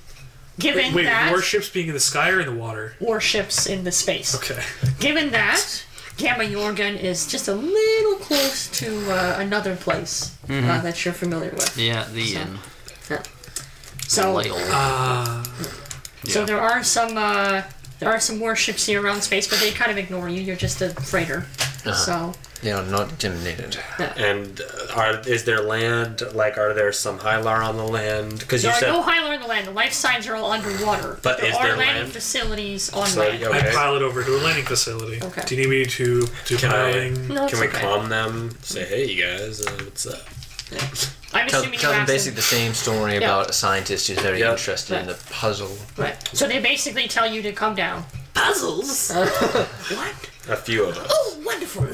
[SPEAKER 3] given
[SPEAKER 5] Wait,
[SPEAKER 3] that
[SPEAKER 5] warships being in the sky or in the water?
[SPEAKER 3] warships in the space.
[SPEAKER 5] Okay.
[SPEAKER 3] Given that Gamma Jorgen is just a little close to uh, another place
[SPEAKER 7] Mm-hmm.
[SPEAKER 3] uh, that you're familiar with.
[SPEAKER 8] Yeah, the inn.
[SPEAKER 3] So, so
[SPEAKER 6] Ah.
[SPEAKER 8] yeah.
[SPEAKER 3] there are some uh, there are some warships here around space, but they kind of ignore you. You're just a freighter.
[SPEAKER 7] Uh-huh.
[SPEAKER 3] So
[SPEAKER 7] you know, not intimidated.
[SPEAKER 6] And uh, are is there land? Like, are there some Hylar on the land? Because you
[SPEAKER 3] There are
[SPEAKER 6] said
[SPEAKER 3] no Hylar in the land. The life signs are all underwater.
[SPEAKER 6] But
[SPEAKER 3] there
[SPEAKER 6] is
[SPEAKER 3] are
[SPEAKER 6] there
[SPEAKER 3] landing
[SPEAKER 6] land?
[SPEAKER 3] facilities on
[SPEAKER 6] So,
[SPEAKER 3] land.
[SPEAKER 6] yeah,
[SPEAKER 5] I
[SPEAKER 6] Okay.
[SPEAKER 5] pilot over to a landing facility.
[SPEAKER 3] Okay.
[SPEAKER 5] Do you need me to do
[SPEAKER 6] Can I-
[SPEAKER 5] piloting?
[SPEAKER 3] No, it's
[SPEAKER 6] can we
[SPEAKER 3] okay.
[SPEAKER 6] calm them? Say, hey, you guys, uh, what's up?
[SPEAKER 3] I'm
[SPEAKER 7] Tell,
[SPEAKER 3] assuming
[SPEAKER 7] tell
[SPEAKER 3] you
[SPEAKER 7] them
[SPEAKER 3] asked
[SPEAKER 7] basically the same story about a scientist who's very
[SPEAKER 6] Yeah.
[SPEAKER 7] interested in the puzzle.
[SPEAKER 3] Right. So they basically tell you to come down. Puzzles. what?
[SPEAKER 6] A few of us.
[SPEAKER 3] Oh, wonderful.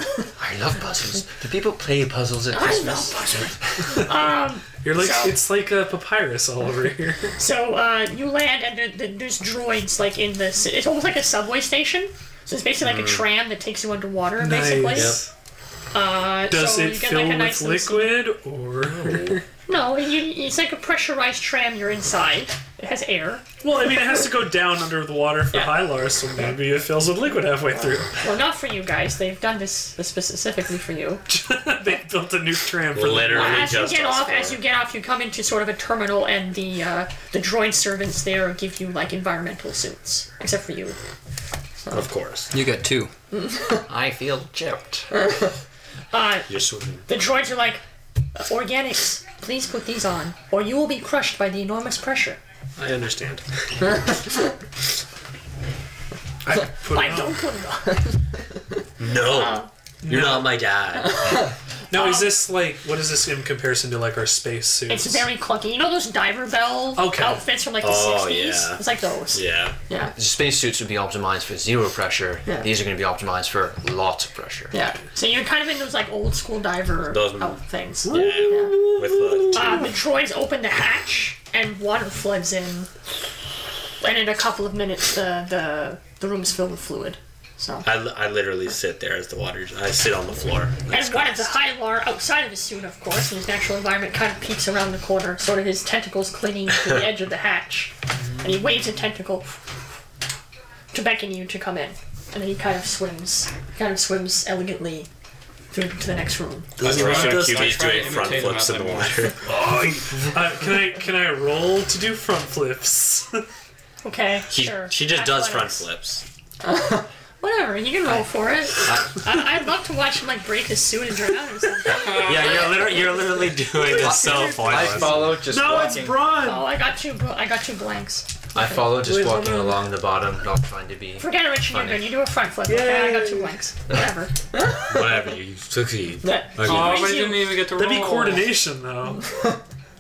[SPEAKER 7] I love puzzles. Do people play puzzles at
[SPEAKER 3] I
[SPEAKER 7] Christmas?
[SPEAKER 3] love puzzles. Um,
[SPEAKER 5] You're like it's like a papyrus all over here.
[SPEAKER 3] So uh, you land and there, there- there's droids like in this. It's almost like a subway station. So it's basically like a
[SPEAKER 7] Hmm.
[SPEAKER 3] tram that takes you underwater, basically.
[SPEAKER 5] Nice.
[SPEAKER 3] Uh,
[SPEAKER 5] Does
[SPEAKER 3] so
[SPEAKER 5] it
[SPEAKER 3] you get
[SPEAKER 5] fill
[SPEAKER 3] like a
[SPEAKER 5] with
[SPEAKER 3] nice little Oh. scene.
[SPEAKER 5] liquid or?
[SPEAKER 3] No, you, it's like a pressurized tram. You're inside. It has air.
[SPEAKER 5] well, I mean, it has to go down under the water for
[SPEAKER 3] Yeah.
[SPEAKER 5] Hylar, so maybe it fills with liquid halfway through.
[SPEAKER 3] Well, not for you guys. They've done this specifically for you.
[SPEAKER 5] they built a new tram for
[SPEAKER 6] Literally
[SPEAKER 3] As you
[SPEAKER 6] just
[SPEAKER 3] get
[SPEAKER 6] us
[SPEAKER 3] off,
[SPEAKER 6] four.
[SPEAKER 3] as you get off, you come into sort of a terminal, and the uh, the droid servants there give you like environmental suits, except for you.
[SPEAKER 6] Of course.
[SPEAKER 8] You got two.
[SPEAKER 7] I feel chipped.
[SPEAKER 3] Uh,
[SPEAKER 6] You're swimming.
[SPEAKER 3] the droids are like, organics. Please put these on, or you will be crushed by the enormous pressure.
[SPEAKER 6] I understand.
[SPEAKER 5] I put
[SPEAKER 3] I
[SPEAKER 5] it
[SPEAKER 3] don't
[SPEAKER 5] on.
[SPEAKER 3] put it on.
[SPEAKER 6] No. You're not my dad.
[SPEAKER 5] Now,
[SPEAKER 6] uh,
[SPEAKER 5] is this like what is this in comparison to like our space suits?
[SPEAKER 3] It's very clunky. You know those diver bell
[SPEAKER 5] Okay.
[SPEAKER 3] outfits from like the
[SPEAKER 6] Oh,
[SPEAKER 3] 60s?
[SPEAKER 6] yeah.
[SPEAKER 3] It's like those.
[SPEAKER 6] yeah.
[SPEAKER 3] Yeah.
[SPEAKER 7] The spacesuits would be optimized for zero pressure.
[SPEAKER 3] Yeah.
[SPEAKER 7] These are going to be optimized for lots of pressure.
[SPEAKER 3] Yeah. So you're kind of in those like old school diver
[SPEAKER 6] Those-
[SPEAKER 3] out things.
[SPEAKER 6] With the
[SPEAKER 3] Uh, the droids open the hatch and water floods in. And in a couple of minutes, the the, the room's filled with fluid. So.
[SPEAKER 6] I, li- I literally sit there as the water. I sit on the floor.
[SPEAKER 3] And one of the Hylar, outside of his suit, of course, in his natural environment, kind of peeks around the corner, sort of his tentacles clinging to the edge of the hatch. And he waves a tentacle to beckon you to come in. And then he kind of swims, kind of swims elegantly through to the next room.
[SPEAKER 6] This is
[SPEAKER 8] I
[SPEAKER 6] where
[SPEAKER 8] tried- I
[SPEAKER 6] QB's
[SPEAKER 8] tried to
[SPEAKER 6] doing front
[SPEAKER 8] imitate him
[SPEAKER 6] flips
[SPEAKER 8] out
[SPEAKER 6] in the
[SPEAKER 8] there.
[SPEAKER 6] water.
[SPEAKER 5] Uh, can I can I roll to do front flips?
[SPEAKER 6] Oh,
[SPEAKER 3] Okay,
[SPEAKER 6] She,
[SPEAKER 3] sure.
[SPEAKER 6] she just does front
[SPEAKER 3] Athletics.
[SPEAKER 6] flips.
[SPEAKER 3] Whatever, you can roll for it. I, I'd love to watch him like break his suit and drown or something.
[SPEAKER 6] Yeah, you're literally you're literally doing this so
[SPEAKER 7] I
[SPEAKER 6] pointless.
[SPEAKER 7] follow just
[SPEAKER 5] no, it's
[SPEAKER 7] walking.
[SPEAKER 5] Braun.
[SPEAKER 3] Oh, I got two. bl- I got two blanks.
[SPEAKER 7] I follow just
[SPEAKER 5] Wait,
[SPEAKER 7] walking
[SPEAKER 5] hold on.
[SPEAKER 7] along the bottom, not trying to be.
[SPEAKER 3] Forget it, Rich and Newman. You do a front flip. Okay, I got two blanks. Whatever.
[SPEAKER 6] Whatever you succeed.
[SPEAKER 8] Oh,
[SPEAKER 6] Okay.
[SPEAKER 8] but I didn't even get to
[SPEAKER 5] That'd be
[SPEAKER 8] roll.
[SPEAKER 5] coordination though,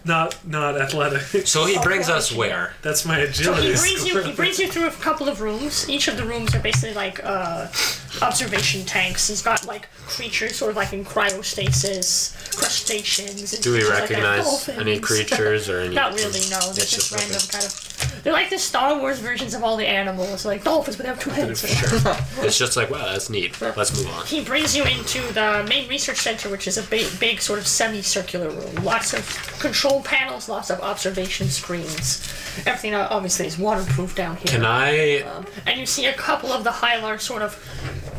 [SPEAKER 5] not not athletics.
[SPEAKER 6] So
[SPEAKER 3] Oh,
[SPEAKER 6] he brings us where?
[SPEAKER 5] That's my
[SPEAKER 3] So he
[SPEAKER 5] agility.
[SPEAKER 3] brings you.
[SPEAKER 5] score.
[SPEAKER 3] He brings you through a couple of rooms. Each of the rooms are basically like uh, observation tanks. He's got like creatures sort of like in cryostasis, crustaceans. And
[SPEAKER 6] Do we
[SPEAKER 3] things like that.
[SPEAKER 6] recognize any
[SPEAKER 3] Dolphins.
[SPEAKER 6] creatures or any?
[SPEAKER 3] Not really. No, they're
[SPEAKER 6] It's
[SPEAKER 3] just
[SPEAKER 6] just okay.
[SPEAKER 3] random kind of. They're like the Star Wars versions of all the animals, like dolphins, but they have two heads.
[SPEAKER 6] It's just like wow, that's neat. Let's move on.
[SPEAKER 3] he brings you into the main research center, which is a big, big sort of semicircular room. Lots of control panels, lots of observation screens. Everything uh, obviously is waterproof down here.
[SPEAKER 6] Can I
[SPEAKER 3] and you see a couple of the Hylar sort of,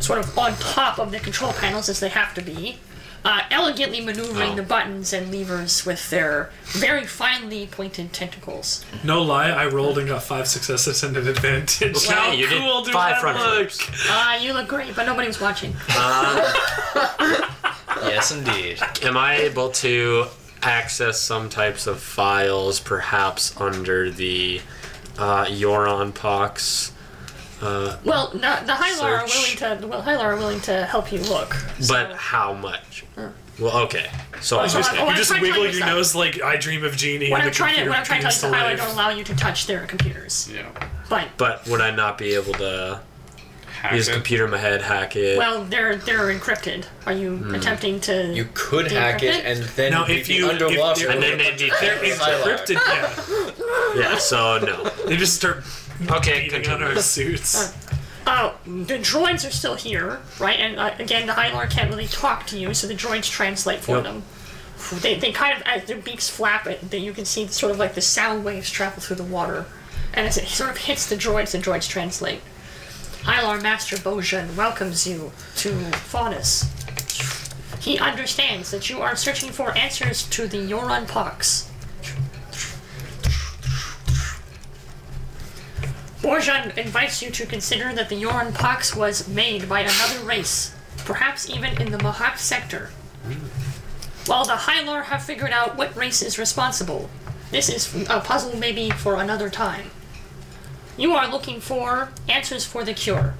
[SPEAKER 3] sort of on top of the control panels as they have to be. uh, elegantly maneuvering the
[SPEAKER 6] Oh.
[SPEAKER 3] buttons and levers with their very finely pointed tentacles.
[SPEAKER 5] No lie, I rolled and got five successes and an advantage.
[SPEAKER 6] Okay,
[SPEAKER 5] How
[SPEAKER 6] you did
[SPEAKER 5] cool do
[SPEAKER 6] five
[SPEAKER 5] I
[SPEAKER 6] front
[SPEAKER 5] look?
[SPEAKER 6] flips.
[SPEAKER 3] Ah, you look great, but nobody was watching.
[SPEAKER 7] Yes, indeed.
[SPEAKER 6] Am I able to access some types of files, perhaps under the uh, Yoron Pox?
[SPEAKER 3] Well, no, the Hylar are willing
[SPEAKER 6] Search.
[SPEAKER 3] to. Well, Hylar are willing to help you look.
[SPEAKER 6] But how much? Well, okay. So I
[SPEAKER 3] so
[SPEAKER 6] just
[SPEAKER 3] I- oh,
[SPEAKER 5] You just
[SPEAKER 3] I'm trying to
[SPEAKER 5] wiggle your
[SPEAKER 3] understand.
[SPEAKER 5] nose like I dream of Genie.
[SPEAKER 3] What
[SPEAKER 5] and
[SPEAKER 3] I'm
[SPEAKER 5] the
[SPEAKER 3] trying to
[SPEAKER 5] computer
[SPEAKER 3] what I'm trying to
[SPEAKER 5] comes
[SPEAKER 3] tell you is the Hylar
[SPEAKER 5] life.
[SPEAKER 3] don't allow you to touch their computers.
[SPEAKER 8] You know,
[SPEAKER 3] But
[SPEAKER 6] But would I not be able to
[SPEAKER 8] hack
[SPEAKER 6] use
[SPEAKER 8] it.
[SPEAKER 6] a computer in my head, hack it?
[SPEAKER 3] well, they're they're encrypted. Are you attempting to?
[SPEAKER 7] You could hack it and then
[SPEAKER 5] Now,
[SPEAKER 7] we'd
[SPEAKER 5] if
[SPEAKER 7] be
[SPEAKER 5] you-
[SPEAKER 7] under
[SPEAKER 5] if
[SPEAKER 7] water
[SPEAKER 5] you-
[SPEAKER 6] and
[SPEAKER 7] with
[SPEAKER 6] then
[SPEAKER 7] a
[SPEAKER 6] they'd be
[SPEAKER 5] They're encrypted. Yeah,
[SPEAKER 6] Yeah, so no.
[SPEAKER 5] they just start
[SPEAKER 6] Okay,
[SPEAKER 5] beating on
[SPEAKER 6] continue.
[SPEAKER 5] our suits.
[SPEAKER 3] Oh, the droids are still here, right? And uh, again, the Hylar can't really talk to you, so the droids translate for
[SPEAKER 6] Yep.
[SPEAKER 3] them. They, they kind of as their beaks flap, it, that you can see sort of like the sound waves travel through the water, and as it sort of hits the droids, the droids translate. Hylar Master Bojan welcomes you to Faunus. He understands that you are searching for answers to the Yoran Pox. Borjan invites you to consider that the Yoran Pox was made by another race, perhaps even in the Mohawk sector. While the Hylar have figured out what race is responsible, this is a puzzle maybe for another time. You are looking for answers for the cure.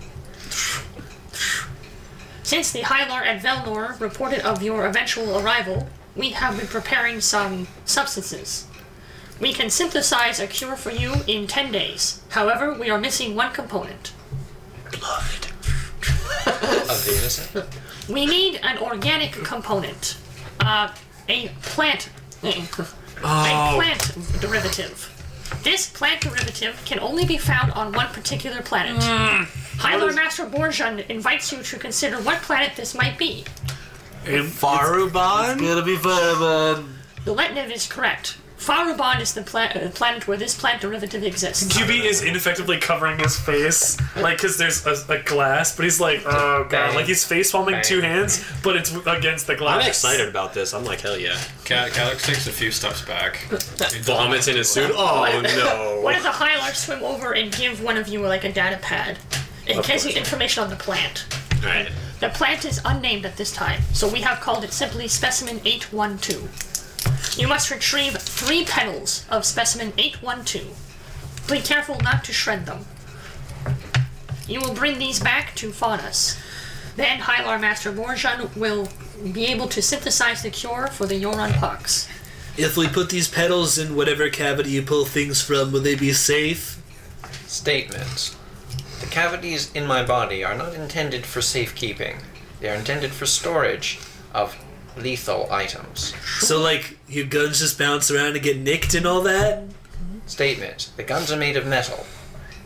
[SPEAKER 3] Since the Hylar at Velnor reported of your eventual arrival, we have been preparing some substances. We can synthesize a cure for you in 10 days. However, we are missing one component.
[SPEAKER 7] of the innocent.
[SPEAKER 3] We need an organic component. Uh, a plant. A plant derivative. This plant derivative can only be found on one particular planet. Hylar Master Borjan invites you to consider what planet this might be.
[SPEAKER 9] Faruban? It's gonna be Faruban.
[SPEAKER 3] The Letnev is correct. Faruban is the pla- uh, planet where this plant derivative exists.
[SPEAKER 5] QB is ineffectively covering his face, like, because there's a, a glass, but he's like, oh god,
[SPEAKER 7] Bang.
[SPEAKER 5] like he's face palming
[SPEAKER 7] Bang.
[SPEAKER 5] two hands, but it's against the glass.
[SPEAKER 6] I'm excited about this. I'm like, hell yeah.
[SPEAKER 8] Cal- Calix takes a few steps back.
[SPEAKER 6] Vomits in his suit. Oh
[SPEAKER 3] What
[SPEAKER 6] no.
[SPEAKER 3] if the Hylar swim over and give one of you like a data pad? It gives you information on the plant.
[SPEAKER 6] Alright.
[SPEAKER 3] The plant is unnamed at this time, so we have called it simply Specimen 812. You must retrieve three petals of Specimen 812. Be careful not to shred them. You will bring these back to Faunus. Then Hylar Master Morjan will be able to synthesize the cure for the Yoron pox.
[SPEAKER 9] If we put these petals in whatever cavity you pull things from, will they be safe?
[SPEAKER 7] Statement. The cavities in my body are not intended for safekeeping. They are intended for storage of lethal items.
[SPEAKER 9] So, like, your guns just bounce around and get nicked and all that?
[SPEAKER 7] Statement. The guns are made of metal.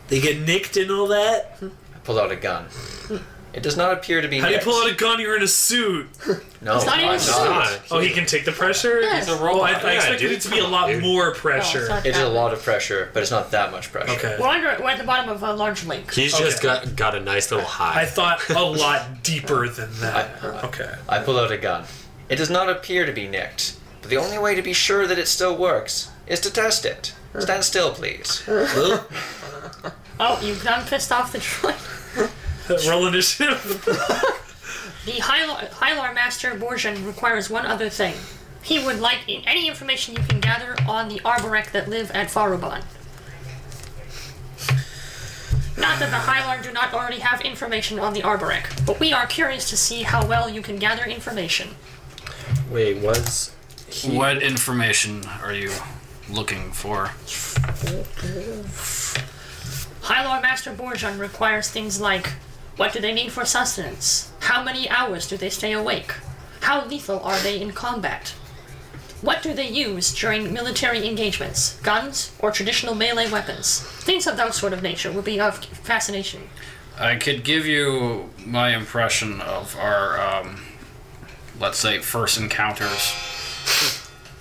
[SPEAKER 9] They get nicked and all that?
[SPEAKER 7] I pull out a gun. It does not appear to be
[SPEAKER 5] How do you
[SPEAKER 7] nicked.
[SPEAKER 5] pull out a gun? You're in a suit.
[SPEAKER 7] No,
[SPEAKER 3] not even
[SPEAKER 7] I'm
[SPEAKER 3] a
[SPEAKER 7] not.
[SPEAKER 5] Oh, he can take the pressure.
[SPEAKER 3] Yes. He's a
[SPEAKER 5] Oh, I, I
[SPEAKER 6] Yeah,
[SPEAKER 5] expected
[SPEAKER 6] dude.
[SPEAKER 5] it to be a lot
[SPEAKER 6] Dude.
[SPEAKER 5] more
[SPEAKER 3] Oh,
[SPEAKER 5] pressure.
[SPEAKER 3] it's not
[SPEAKER 7] It is
[SPEAKER 3] that.
[SPEAKER 7] a lot of pressure, but it's not that much pressure.
[SPEAKER 5] okay.
[SPEAKER 3] We're, under, we're at the bottom of a large lake.
[SPEAKER 6] He's just got got a nice little
[SPEAKER 5] I
[SPEAKER 6] high.
[SPEAKER 5] thought a lot deeper than that.
[SPEAKER 7] I-
[SPEAKER 5] okay.
[SPEAKER 7] I pull out a gun. It does not appear to be nicked, but the only way to be sure that it still works is to test it. Stand still, please.
[SPEAKER 3] Oh, you've done pissed off the droid.
[SPEAKER 5] Roll initiative.
[SPEAKER 3] The Hylar, Hylar Master Borjan requires one other thing. He would like in- any information you can gather on the Arborek that live at Faruban. Not that the Hylar do not already have information on the Arborek, but we are curious to see how well you can gather information.
[SPEAKER 6] Wait, was
[SPEAKER 8] What information are you looking for?
[SPEAKER 3] Hylar Master Borjan requires things like what do they need for sustenance? How many hours do they stay awake? How lethal are they in combat? What do they use during military engagements? Guns or traditional melee weapons? Things of that sort of nature would be of fascination.
[SPEAKER 8] I could give you my impression of our, um, let's say, first encounters.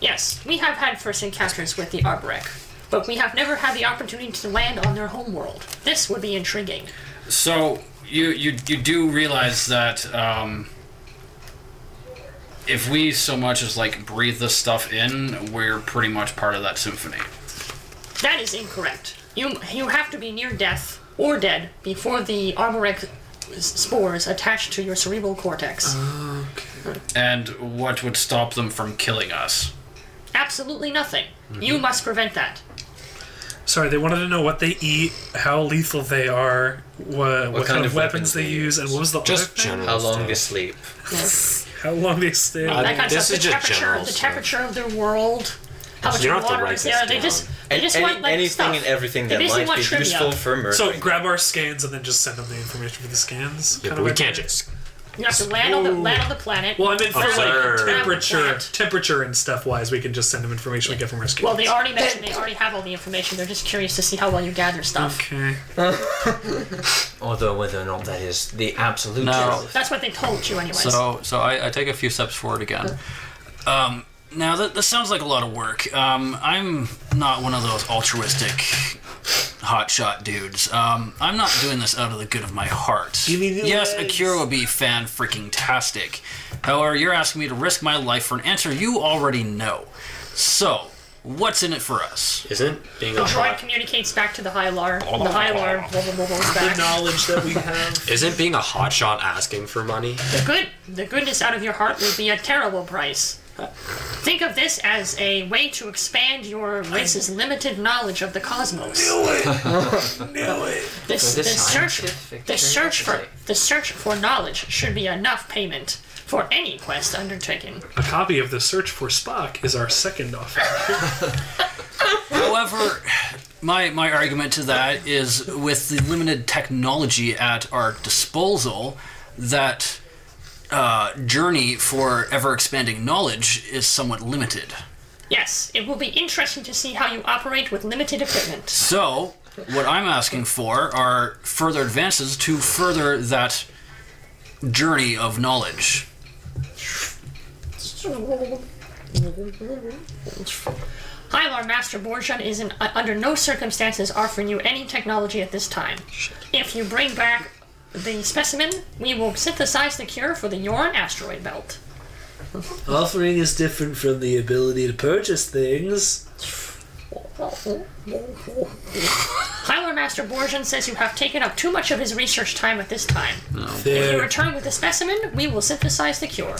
[SPEAKER 3] Yes, we have had first encounters with the Arborek, but we have never had the opportunity to land on their homeworld. This would be intriguing.
[SPEAKER 8] So you you you do realize that um, if we so much as like breathe this stuff in, we're pretty much part of that symphony.
[SPEAKER 3] That is incorrect. You you have to be near death or dead before the armorec s- spores attach to your cerebral cortex.
[SPEAKER 8] And what would stop them from killing us?
[SPEAKER 3] Absolutely nothing. You must prevent that.
[SPEAKER 5] Sorry, they wanted to know what they eat, how lethal they are, what, what, kind, of weapons they use, and what was the
[SPEAKER 6] Just
[SPEAKER 5] other thing?
[SPEAKER 6] general.
[SPEAKER 7] How long
[SPEAKER 6] stuff.
[SPEAKER 7] they sleep?
[SPEAKER 5] how long they stay.
[SPEAKER 6] I
[SPEAKER 3] That
[SPEAKER 6] mean,
[SPEAKER 3] kind of
[SPEAKER 6] this
[SPEAKER 3] stuff.
[SPEAKER 6] is
[SPEAKER 3] The
[SPEAKER 6] just
[SPEAKER 3] temperature,
[SPEAKER 6] general
[SPEAKER 3] the
[SPEAKER 6] stuff.
[SPEAKER 3] temperature of their world, how much
[SPEAKER 6] you don't have to
[SPEAKER 3] water
[SPEAKER 6] write
[SPEAKER 3] is
[SPEAKER 6] this
[SPEAKER 3] there. They
[SPEAKER 6] down.
[SPEAKER 3] just they just
[SPEAKER 7] Any-
[SPEAKER 3] want like
[SPEAKER 7] anything
[SPEAKER 3] stuff.
[SPEAKER 7] and everything
[SPEAKER 3] They
[SPEAKER 7] that
[SPEAKER 3] basically
[SPEAKER 7] might
[SPEAKER 3] want
[SPEAKER 7] be
[SPEAKER 3] trivia.
[SPEAKER 7] useful for murdering.
[SPEAKER 5] so grab our scans and then just send them the information for the scans.
[SPEAKER 6] Yeah,
[SPEAKER 5] kind
[SPEAKER 6] but
[SPEAKER 5] of
[SPEAKER 6] we
[SPEAKER 5] idea.
[SPEAKER 6] can't just.
[SPEAKER 3] You have to land on the land on the planet.
[SPEAKER 5] Well, I mean, for
[SPEAKER 6] Observe.
[SPEAKER 5] like temperature,
[SPEAKER 3] Plant.
[SPEAKER 5] temperature and stuff wise, we can just send them information we get from our scans.
[SPEAKER 3] Well, they already mentioned they already have all the information. They're just curious to see how well you gather stuff.
[SPEAKER 5] okay.
[SPEAKER 7] Although whether or not that is the absolute
[SPEAKER 8] No.
[SPEAKER 7] truth.
[SPEAKER 3] That's what they told you, anyways.
[SPEAKER 8] So, so I, I take a few steps forward again. Um, now, that, this sounds like a lot of work. Um, I'm not one of those altruistic hotshot dudes. Um, I'm not doing this out of the good of my heart. yes, a cure would be fan freaking tastic. However, you're asking me to risk my life for an answer you already know. So, what's in it for us?
[SPEAKER 6] Isn't being a
[SPEAKER 3] The droid
[SPEAKER 6] hot
[SPEAKER 3] communicates back to the Hylar. The Hylar blah, blah, blah, blah,
[SPEAKER 9] The
[SPEAKER 3] back.
[SPEAKER 9] knowledge that we have.
[SPEAKER 6] isn't being a hotshot asking for money?
[SPEAKER 3] The good, the goodness out of your heart would be a terrible price. Uh, Think of this as a way to expand your race's limited knowledge of the cosmos. This,
[SPEAKER 7] The
[SPEAKER 3] the search,
[SPEAKER 7] scientific
[SPEAKER 3] the search for
[SPEAKER 7] curiosity.
[SPEAKER 3] the search for knowledge should be enough payment for any quest undertaken.
[SPEAKER 5] A copy of the search for Spock is our second offer.
[SPEAKER 8] However, my my argument to that is with the limited technology at our disposal, that uh, journey for ever expanding knowledge is somewhat limited.
[SPEAKER 3] Yes, it will be interesting to see how you operate with limited equipment.
[SPEAKER 8] So, what I'm asking for are further advances to further that journey of knowledge.
[SPEAKER 3] Hylar Master Borjan is in, uh, under no circumstances offering you any technology at this time. If you bring back the specimen, we will synthesize the cure for the Yoran asteroid belt.
[SPEAKER 9] Offering is different from the ability to purchase things.
[SPEAKER 3] Hylar Master Borjan says you have taken up too much of his research time at this time. If you
[SPEAKER 9] There.
[SPEAKER 3] return with the specimen, we will synthesize the cure.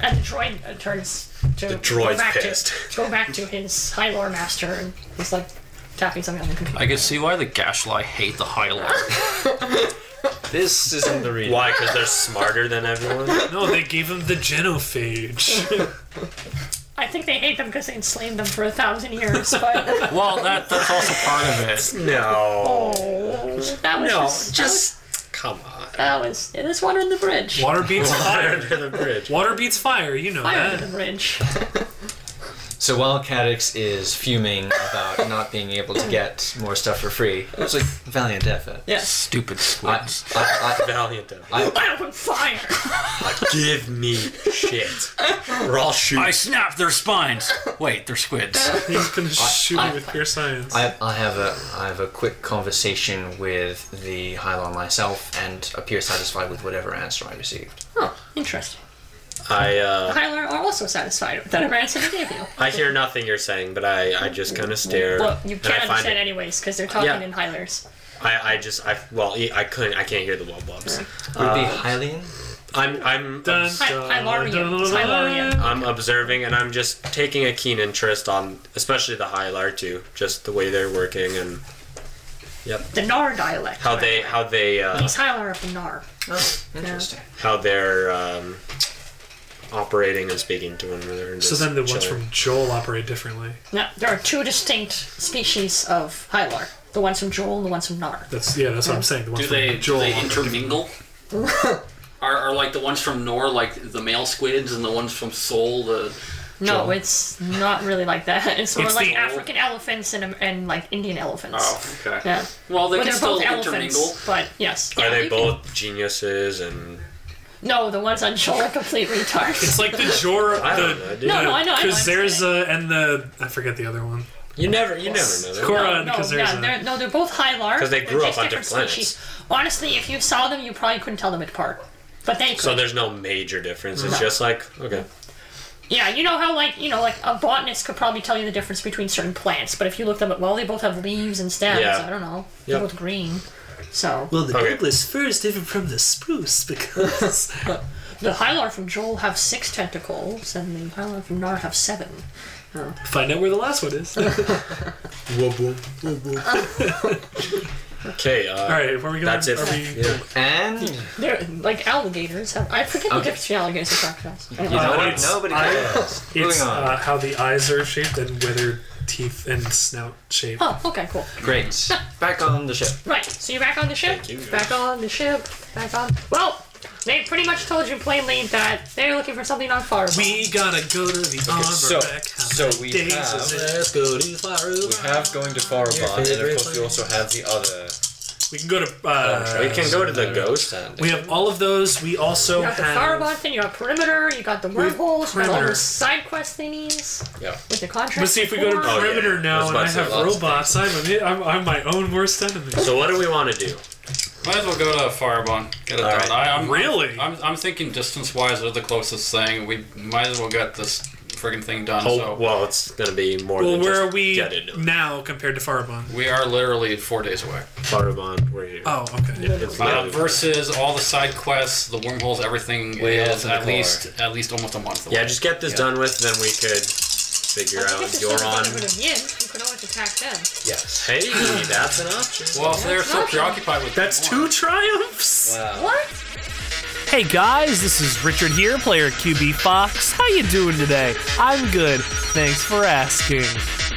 [SPEAKER 3] And the droid uh, turns to the
[SPEAKER 6] droid's
[SPEAKER 3] go back
[SPEAKER 6] pissed.
[SPEAKER 3] to go back to his high lore master and he's like tapping something on the computer.
[SPEAKER 8] I can see why the Gashly hate the High Lord.
[SPEAKER 7] This isn't the reason.
[SPEAKER 6] Why? Because they're smarter than everyone.
[SPEAKER 5] no, they gave him the genophage.
[SPEAKER 3] I think they hate them because they enslaved them for a thousand years, but
[SPEAKER 8] Well, that that's also part of it.
[SPEAKER 6] No,
[SPEAKER 3] Oh, that was just,
[SPEAKER 6] just come on.
[SPEAKER 3] that was that was it is water in the bridge.
[SPEAKER 5] Water beats fire.
[SPEAKER 6] Under the bridge.
[SPEAKER 5] Water beats fire. You know
[SPEAKER 3] Fire
[SPEAKER 5] that.
[SPEAKER 3] under the bridge.
[SPEAKER 7] So while Cadix is fuming about not being able to get more stuff for free, it was like valiant effort.
[SPEAKER 8] Stupid
[SPEAKER 7] I,
[SPEAKER 8] squids.
[SPEAKER 7] I,
[SPEAKER 6] Valiant of you.
[SPEAKER 3] Light on fire.
[SPEAKER 6] Give me shit. We're all shooting.
[SPEAKER 8] I snapped their spines. Wait, they're squids.
[SPEAKER 5] He's gonna shoot me with pure science.
[SPEAKER 7] I, I, I have a I have a quick conversation with the Hylon myself and appear satisfied with whatever answer I received.
[SPEAKER 3] Oh, interesting.
[SPEAKER 6] I uh,
[SPEAKER 3] Hylar are also satisfied with that answer they gave you.
[SPEAKER 6] I hear nothing you're saying, but I, I just kind of stare.
[SPEAKER 3] Well, you
[SPEAKER 6] and I
[SPEAKER 3] can't
[SPEAKER 6] find
[SPEAKER 3] understand
[SPEAKER 6] it-
[SPEAKER 3] anyways because they're talking
[SPEAKER 6] Yeah.
[SPEAKER 3] in Hylars.
[SPEAKER 6] I, I just I well e, I I couldn't I can't hear the wub wubs.
[SPEAKER 7] Would it be Hylian?
[SPEAKER 6] I'm I'm
[SPEAKER 5] Dun,
[SPEAKER 3] Hy-
[SPEAKER 5] dun,
[SPEAKER 3] Hylarian.
[SPEAKER 5] dun,
[SPEAKER 3] It's
[SPEAKER 5] dun,
[SPEAKER 3] Hylarian.
[SPEAKER 6] I'm observing and I'm just taking a keen interest on especially the Hylar too, just the way they're working and
[SPEAKER 3] The Nar dialect.
[SPEAKER 6] how they how they uh,
[SPEAKER 3] These Hylar are from Nar.
[SPEAKER 7] Interesting.
[SPEAKER 6] how they're um, operating and speaking to one another. and
[SPEAKER 5] So
[SPEAKER 6] just
[SPEAKER 5] then the ones
[SPEAKER 6] chilling.
[SPEAKER 5] from Joel operate differently.
[SPEAKER 3] No, there are two distinct species of Hylar. The ones from Joel and the ones from Nar.
[SPEAKER 5] That's yeah. That's what I'm saying. The ones
[SPEAKER 8] Do they
[SPEAKER 5] from
[SPEAKER 8] do
[SPEAKER 5] Joel
[SPEAKER 8] they
[SPEAKER 5] operate differently.
[SPEAKER 8] intermingle? are, are like the ones from Nor like the male squids and the ones from Seoul the
[SPEAKER 3] No, it's not really like that. It's more
[SPEAKER 5] It's
[SPEAKER 3] like
[SPEAKER 5] the- Oh.
[SPEAKER 3] African elephants and, um, and like Indian elephants.
[SPEAKER 8] okay.
[SPEAKER 3] Yeah.
[SPEAKER 8] Well, they
[SPEAKER 3] But
[SPEAKER 8] can
[SPEAKER 3] they're
[SPEAKER 8] still
[SPEAKER 3] both
[SPEAKER 8] intermingle.
[SPEAKER 3] elephants. But yes. Yeah,
[SPEAKER 6] Are they
[SPEAKER 3] you can-
[SPEAKER 6] both geniuses and
[SPEAKER 3] No, the ones on Joel are complete retards.
[SPEAKER 5] It's like the Jor.
[SPEAKER 6] I don't
[SPEAKER 5] the,
[SPEAKER 6] know, dude.
[SPEAKER 3] No, no, I know, I know, I'm
[SPEAKER 5] Because there's a and the I forget the other one.
[SPEAKER 6] You never you never know. That.
[SPEAKER 5] Korra
[SPEAKER 3] No,
[SPEAKER 5] and
[SPEAKER 3] no, yeah,
[SPEAKER 5] Kazerza.
[SPEAKER 3] they're, no, they're both Hylar.
[SPEAKER 6] 'Cause they
[SPEAKER 3] They're
[SPEAKER 6] grew up
[SPEAKER 3] just
[SPEAKER 6] on
[SPEAKER 3] different
[SPEAKER 6] different planets.
[SPEAKER 3] species. Honestly, if you saw them, you probably couldn't tell them apart. But they could.
[SPEAKER 6] So there's no major difference. It's just like okay.
[SPEAKER 3] Yeah, you know how like you know like a botanist could probably tell you the difference between certain plants, but if you look them up, well, they both have leaves and stems.
[SPEAKER 6] Yeah.
[SPEAKER 3] I don't know. They're both green. So
[SPEAKER 9] Well, the
[SPEAKER 6] Okay.
[SPEAKER 9] Douglas fir is different from the spruce because
[SPEAKER 3] the Hylar from Joel have six tentacles, and the Hylar from Nar have seven.
[SPEAKER 5] Find out where the last one is.
[SPEAKER 6] Okay. Uh,
[SPEAKER 5] All right, where are we going?
[SPEAKER 6] That's it.
[SPEAKER 5] Are we,
[SPEAKER 7] And you
[SPEAKER 3] They're like alligators. Have, I forget the
[SPEAKER 7] Okay.
[SPEAKER 3] difference between alligators and crocodiles. I don't know.
[SPEAKER 7] know
[SPEAKER 5] Uh,
[SPEAKER 7] what?
[SPEAKER 5] it's-
[SPEAKER 7] Nobody
[SPEAKER 5] I-
[SPEAKER 7] knows.
[SPEAKER 5] It's
[SPEAKER 7] Moving on.
[SPEAKER 5] uh, how the eyes are shaped and whether teeth and snout shape.
[SPEAKER 3] Oh, okay, cool.
[SPEAKER 7] Great. Back on the ship.
[SPEAKER 3] Right, so you're back on the ship. Back on the ship. Back on. Well, they pretty much told you plainly that they're looking for something on fire.
[SPEAKER 5] We gotta go to the armor
[SPEAKER 2] so-
[SPEAKER 5] rack. How
[SPEAKER 2] so
[SPEAKER 5] many
[SPEAKER 2] we
[SPEAKER 5] days
[SPEAKER 2] have-
[SPEAKER 5] is it?
[SPEAKER 9] let's go to Faru.
[SPEAKER 2] We have going to Farabon, and of course we also have the other.
[SPEAKER 5] We can go to. Uh,
[SPEAKER 6] we can go to the ghost.
[SPEAKER 2] Stand.
[SPEAKER 5] we have all of those. We also
[SPEAKER 3] You got the
[SPEAKER 5] have.
[SPEAKER 3] Farabon thing, you got Perimeter, you got the wormholes, you got all
[SPEAKER 5] Perimeter.
[SPEAKER 3] the side quest thingies
[SPEAKER 2] Yeah.
[SPEAKER 3] with the contract.
[SPEAKER 5] Let's see if we go to
[SPEAKER 3] before.
[SPEAKER 5] perimeter now,
[SPEAKER 2] That's
[SPEAKER 5] and
[SPEAKER 2] why I
[SPEAKER 5] I
[SPEAKER 2] said
[SPEAKER 5] have
[SPEAKER 2] lots of
[SPEAKER 5] robots. I'm, a mi- I'm, I'm my own worst enemy.
[SPEAKER 6] So what do we want to do?
[SPEAKER 8] Might as well go to Firebond. Get it
[SPEAKER 6] All
[SPEAKER 8] done.
[SPEAKER 6] right.
[SPEAKER 8] I, I'm,
[SPEAKER 5] Really?
[SPEAKER 8] I'm, I'm thinking distance wise are the closest thing. We might as well get this friggin' thing done.
[SPEAKER 6] Oh,
[SPEAKER 8] so
[SPEAKER 6] well, it's gonna be more.
[SPEAKER 5] Well,
[SPEAKER 6] than
[SPEAKER 5] where
[SPEAKER 6] just
[SPEAKER 5] are we
[SPEAKER 6] Get into it.
[SPEAKER 5] now compared to Farabon?
[SPEAKER 8] we are literally four days away.
[SPEAKER 6] Farabond, we're here.
[SPEAKER 5] Oh, okay.
[SPEAKER 6] It's
[SPEAKER 8] Uh,
[SPEAKER 6] literally-
[SPEAKER 8] versus all the side quests, the wormholes, everything is
[SPEAKER 2] in the
[SPEAKER 8] at
[SPEAKER 2] core.
[SPEAKER 8] least at least almost a month away.
[SPEAKER 6] yeah, just get this done with, then we could figure
[SPEAKER 3] I think
[SPEAKER 6] out
[SPEAKER 3] if there's something
[SPEAKER 6] Yoron.
[SPEAKER 3] other than Yin, you could always attack them.
[SPEAKER 2] Yes.
[SPEAKER 6] Hey, that's an option.
[SPEAKER 8] well, if they're so
[SPEAKER 3] not-
[SPEAKER 8] preoccupied with
[SPEAKER 5] That's two triumphs.
[SPEAKER 2] Wow.
[SPEAKER 3] What?
[SPEAKER 4] Hey guys, this is Richard here, player QB Fox. How you doing today? I'm good. Thanks for asking.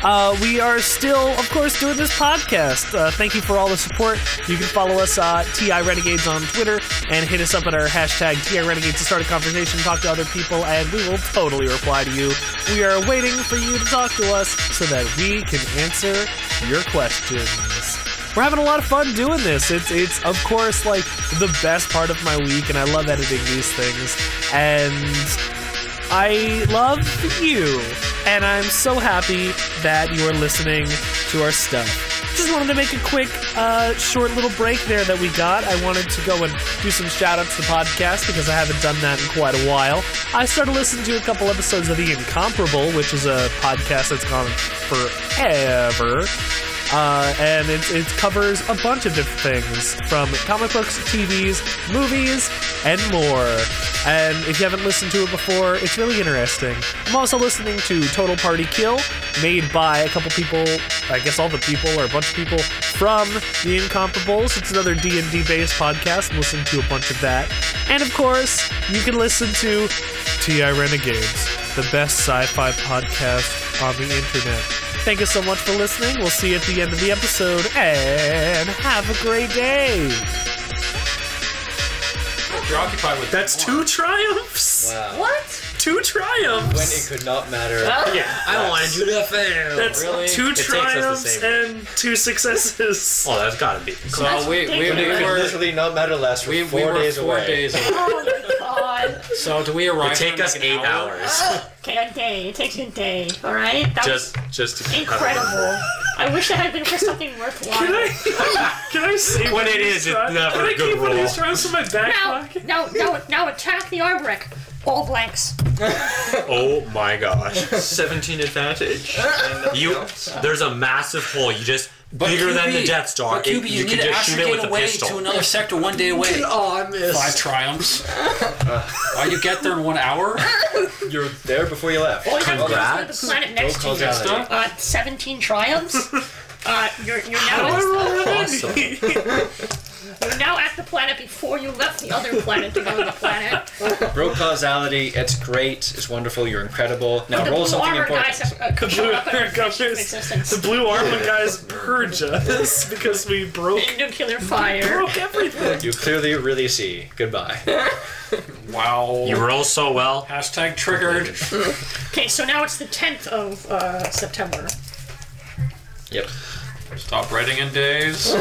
[SPEAKER 4] Uh, we are still, of course, doing this podcast. Uh, thank you for all the support. You can follow us uh, TI Renegades on Twitter and hit us up at our hashtag TI Renegades to start a conversation, talk to other people, and we will totally reply to you. We are waiting for you to talk to us so that we can answer your questions we're having a lot of fun doing this. It's it's of course like the best part of my week, and I love editing these things. And I love you, and I'm so happy that you are listening to our stuff. Just wanted to make a quick, uh, short little break there that we got. I wanted to go and do some shout outs to the podcast because I haven't done that in quite a while. I started listening to a couple episodes of The Incomparable, which is a podcast that's gone forever. Uh, and it, it covers a bunch of different things from comic books, TVs, movies, and more. And if you haven't listened to it before, it's really interesting. I'm also listening to Total Party Kill, made by a couple people, I guess all the people or a bunch of people from The Incomparables. It's another D&D based podcast. I'm listening to a bunch of that. And of course, you can listen to TI Renegades, the best sci-fi podcast on the internet. Thank you so much for listening. We'll see you at the end of the episode and have a great day.
[SPEAKER 8] preoccupied with
[SPEAKER 5] That's two triumphs.
[SPEAKER 2] Wow.
[SPEAKER 3] What?
[SPEAKER 5] Two triumphs.
[SPEAKER 2] When it could not matter.
[SPEAKER 6] Yeah, I wanted you to fail.
[SPEAKER 5] That's
[SPEAKER 2] Really?
[SPEAKER 5] two
[SPEAKER 6] It takes us the
[SPEAKER 5] triumphs
[SPEAKER 6] same-
[SPEAKER 5] and two successes.
[SPEAKER 6] Oh, that's gotta be.
[SPEAKER 8] so Uh, we, we,
[SPEAKER 2] When
[SPEAKER 8] we
[SPEAKER 2] it could
[SPEAKER 8] were
[SPEAKER 2] literally not matter last
[SPEAKER 8] we,
[SPEAKER 2] week.
[SPEAKER 8] we
[SPEAKER 2] Four
[SPEAKER 8] were
[SPEAKER 2] days
[SPEAKER 8] four
[SPEAKER 2] away.
[SPEAKER 8] days away.
[SPEAKER 3] Oh my god.
[SPEAKER 8] So do we arrive?
[SPEAKER 6] Take
[SPEAKER 8] in,
[SPEAKER 6] us
[SPEAKER 8] like, an
[SPEAKER 6] eight
[SPEAKER 8] hour?
[SPEAKER 6] hours.
[SPEAKER 3] Okay, a day. It takes a day. All right. That
[SPEAKER 6] Just, just to
[SPEAKER 3] was incredible. I wish that had been for something
[SPEAKER 5] Can
[SPEAKER 3] worthwhile.
[SPEAKER 5] I, can I save
[SPEAKER 6] When
[SPEAKER 5] one
[SPEAKER 6] it
[SPEAKER 5] of these
[SPEAKER 6] is, it's
[SPEAKER 5] tri-
[SPEAKER 6] never
[SPEAKER 5] Can
[SPEAKER 6] a
[SPEAKER 5] I
[SPEAKER 6] good
[SPEAKER 5] keep one of
[SPEAKER 6] roll.
[SPEAKER 5] these triumphs in my back
[SPEAKER 3] Now,
[SPEAKER 5] pocket?
[SPEAKER 3] now, now, now attack the arm wreck. All blanks.
[SPEAKER 6] Oh my gosh.
[SPEAKER 7] 17 advantage.
[SPEAKER 6] You, there's a massive hole. You just bigger than the Death Star.
[SPEAKER 8] But
[SPEAKER 6] It-
[SPEAKER 8] QB, you, need
[SPEAKER 6] can
[SPEAKER 8] to
[SPEAKER 6] just shoot it
[SPEAKER 8] astrogate
[SPEAKER 6] with a
[SPEAKER 8] away to
[SPEAKER 6] pistol.
[SPEAKER 8] another sector one day away.
[SPEAKER 9] Oh, I missed.
[SPEAKER 8] Five triumphs. Why you get there in one hour?
[SPEAKER 2] You were there before you left.
[SPEAKER 3] All you have to do is go to
[SPEAKER 6] Congrats.
[SPEAKER 3] the planet next to you.
[SPEAKER 2] Causality.
[SPEAKER 3] Uh, 17 triumphs. Uh, you're, you're now
[SPEAKER 5] I
[SPEAKER 3] at-
[SPEAKER 5] roll an eight.
[SPEAKER 3] You're now at the planet before you left the other planet to go to the planet.
[SPEAKER 7] Broke causality. It's great. It's wonderful. You're incredible. Now
[SPEAKER 3] the
[SPEAKER 7] roll
[SPEAKER 3] blue
[SPEAKER 7] something
[SPEAKER 3] armor
[SPEAKER 7] important.
[SPEAKER 3] guys have uh,
[SPEAKER 5] The
[SPEAKER 3] showed
[SPEAKER 5] blue
[SPEAKER 3] up
[SPEAKER 5] armor
[SPEAKER 3] and
[SPEAKER 5] guys,
[SPEAKER 3] of existence.
[SPEAKER 5] the blue armor guys purge us because we broke
[SPEAKER 3] in nuclear fire.
[SPEAKER 5] broke everything.
[SPEAKER 7] You clearly really see. Goodbye.
[SPEAKER 8] Wow.
[SPEAKER 6] You roll so well.
[SPEAKER 8] Hashtag triggered.
[SPEAKER 3] Okay, so now it's the 10th of uh, September.
[SPEAKER 7] Yep.
[SPEAKER 8] Stop writing in days.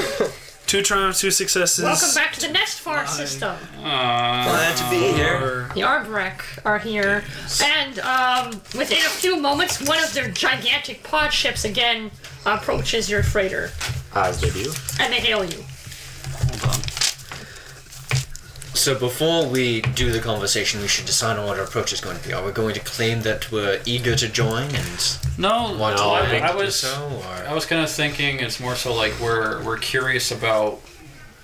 [SPEAKER 5] Two triumphs, two successes.
[SPEAKER 3] Welcome back to the Nest Farm system.
[SPEAKER 2] Glad to be here.
[SPEAKER 3] The Arbrek are here, and um, within a few moments, one of their gigantic pod ships again approaches your freighter,
[SPEAKER 6] As they do.
[SPEAKER 3] and they hail you.
[SPEAKER 2] So
[SPEAKER 7] before we do the conversation, we should decide on what our approach is going to be. Are we going to claim that we're eager to join and
[SPEAKER 8] No,
[SPEAKER 7] want to
[SPEAKER 8] no,
[SPEAKER 7] learn
[SPEAKER 8] I, I
[SPEAKER 7] to do
[SPEAKER 8] was
[SPEAKER 7] so, or
[SPEAKER 8] I was kind of thinking it's more so like we're we're curious about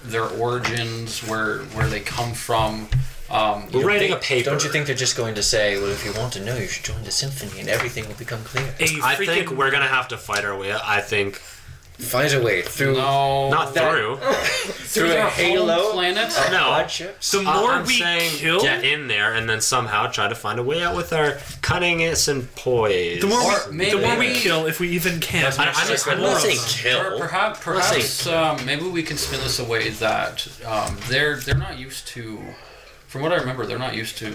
[SPEAKER 8] their origins, where where they come from. Um,
[SPEAKER 6] We're writing
[SPEAKER 7] think-
[SPEAKER 6] a paper.
[SPEAKER 7] Don't you think they're just going to say, "Well, if you want to know, you should join the symphony, and everything will become clear."
[SPEAKER 5] A
[SPEAKER 6] I
[SPEAKER 5] freaking-
[SPEAKER 6] think we're gonna have to fight our way. I think
[SPEAKER 7] Find a way through
[SPEAKER 8] no,
[SPEAKER 6] not
[SPEAKER 7] that-
[SPEAKER 6] through.
[SPEAKER 7] through a
[SPEAKER 8] our home
[SPEAKER 7] halo.
[SPEAKER 8] planet.
[SPEAKER 7] of
[SPEAKER 6] No.
[SPEAKER 7] hardships.
[SPEAKER 5] the more
[SPEAKER 6] I'm
[SPEAKER 5] we
[SPEAKER 6] saying
[SPEAKER 5] kill,
[SPEAKER 6] get in there and then somehow try to find a way out with our cunningness and poise.
[SPEAKER 5] the more
[SPEAKER 8] Or
[SPEAKER 5] we,
[SPEAKER 8] maybe-
[SPEAKER 5] the more we kill, if we even can.
[SPEAKER 6] I, I'm just, I'm not saying
[SPEAKER 8] Per-
[SPEAKER 6] kill.
[SPEAKER 8] Perhaps,
[SPEAKER 6] Let's
[SPEAKER 8] perhaps um, maybe we can spin this away that um, they're they're not used to. From what I remember, they're not used to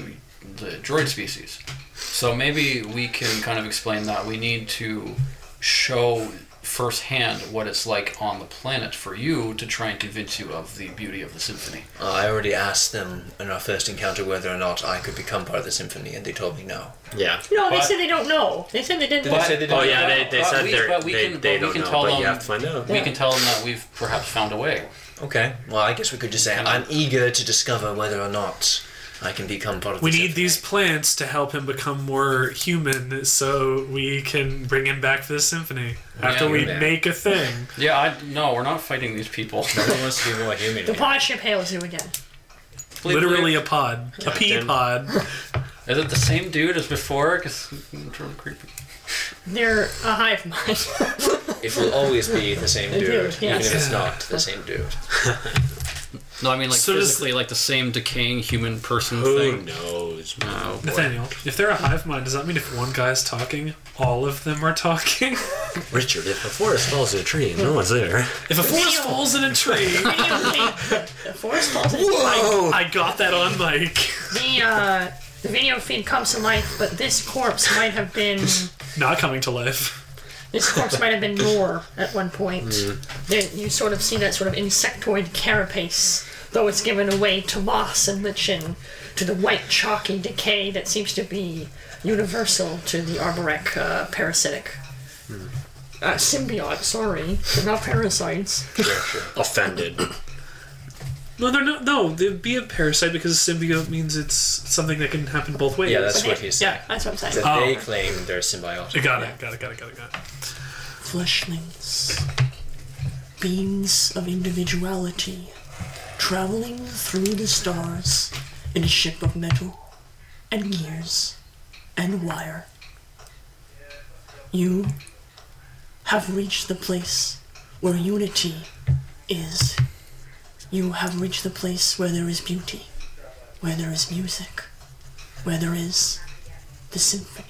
[SPEAKER 8] the droid species. So maybe we can kind of explain that we need to show firsthand what it's like on the planet for you to try and convince you of the beauty of the symphony.
[SPEAKER 7] Uh, I already asked them in our first encounter whether or not I could become part of the symphony, and they told me no.
[SPEAKER 6] Yeah.
[SPEAKER 3] No, they
[SPEAKER 8] But-
[SPEAKER 3] said they don't know. They said they didn't
[SPEAKER 7] They
[SPEAKER 3] know.
[SPEAKER 7] said they
[SPEAKER 6] Oh
[SPEAKER 7] didn't-
[SPEAKER 6] yeah, they, they
[SPEAKER 8] But
[SPEAKER 6] said
[SPEAKER 8] we-
[SPEAKER 6] they're,
[SPEAKER 8] but we
[SPEAKER 6] they,
[SPEAKER 8] can-
[SPEAKER 6] they
[SPEAKER 8] but we
[SPEAKER 6] don't
[SPEAKER 8] can
[SPEAKER 6] know,
[SPEAKER 8] tell
[SPEAKER 6] but you
[SPEAKER 8] them-
[SPEAKER 6] have to find out.
[SPEAKER 8] We can tell them that we've perhaps found a way.
[SPEAKER 7] Okay. Well, I guess we could just say
[SPEAKER 8] Can I-
[SPEAKER 7] I'm eager to discover whether or not I can become part of.
[SPEAKER 5] We
[SPEAKER 7] the
[SPEAKER 5] need
[SPEAKER 7] symphony."
[SPEAKER 5] these plants to help him become more human so we can bring him back for the symphony after
[SPEAKER 8] Yeah,
[SPEAKER 5] we
[SPEAKER 7] man.
[SPEAKER 5] make a thing.
[SPEAKER 8] Yeah, I, no, we're not fighting these people.
[SPEAKER 2] Everyone wants to be more human.
[SPEAKER 3] The pod ship hails you again.
[SPEAKER 5] Literally a pod. A pea
[SPEAKER 6] Captain.
[SPEAKER 5] pod.
[SPEAKER 8] Is it the same dude as before? 'Cause it's really creepy.
[SPEAKER 3] They're a hive mind.
[SPEAKER 7] It will always be the same dude,
[SPEAKER 3] Dude,
[SPEAKER 7] even
[SPEAKER 3] yes.
[SPEAKER 7] if it's not the same dude.
[SPEAKER 8] No, I mean like
[SPEAKER 5] So does-
[SPEAKER 8] physically, like the same decaying human person
[SPEAKER 6] Who
[SPEAKER 8] thing.
[SPEAKER 6] knows?
[SPEAKER 8] Oh, boy.
[SPEAKER 5] Nathaniel, if they're a hive mind, does that mean if one guy's talking, all of them are talking?
[SPEAKER 6] Richard, if a forest falls to a tree and no one's there,
[SPEAKER 5] If a forest falls in a tree,
[SPEAKER 3] the forest falls into
[SPEAKER 5] I got that on mic.
[SPEAKER 3] the uh, the video feed comes to life, but this corpse might have been
[SPEAKER 5] Not coming to life.
[SPEAKER 3] this corpse might have been more at one point.
[SPEAKER 7] Hmm.
[SPEAKER 3] There- you sort of see that sort of insectoid carapace, though it's given away to moss and lichen, to the white chalky decay that seems to be universal to the arborec uh, parasitic.
[SPEAKER 7] Hmm.
[SPEAKER 3] Uh, symbiote, sorry. They're not parasites.
[SPEAKER 6] offended.
[SPEAKER 5] No, they're not. No, they'd be a parasite because symbiote means it's something that can happen both ways.
[SPEAKER 7] Yeah, that's what he's saying.
[SPEAKER 3] Yeah, that's what I'm saying.
[SPEAKER 7] That they claim they're symbiotic.
[SPEAKER 5] Got it, got it, got it, got it, got it.
[SPEAKER 3] Fleshlings, beams of individuality, traveling through the stars in a ship of metal and gears and wire. You have reached the place where unity is. You have reached the place where there is beauty, where there is music, where there is the symphony.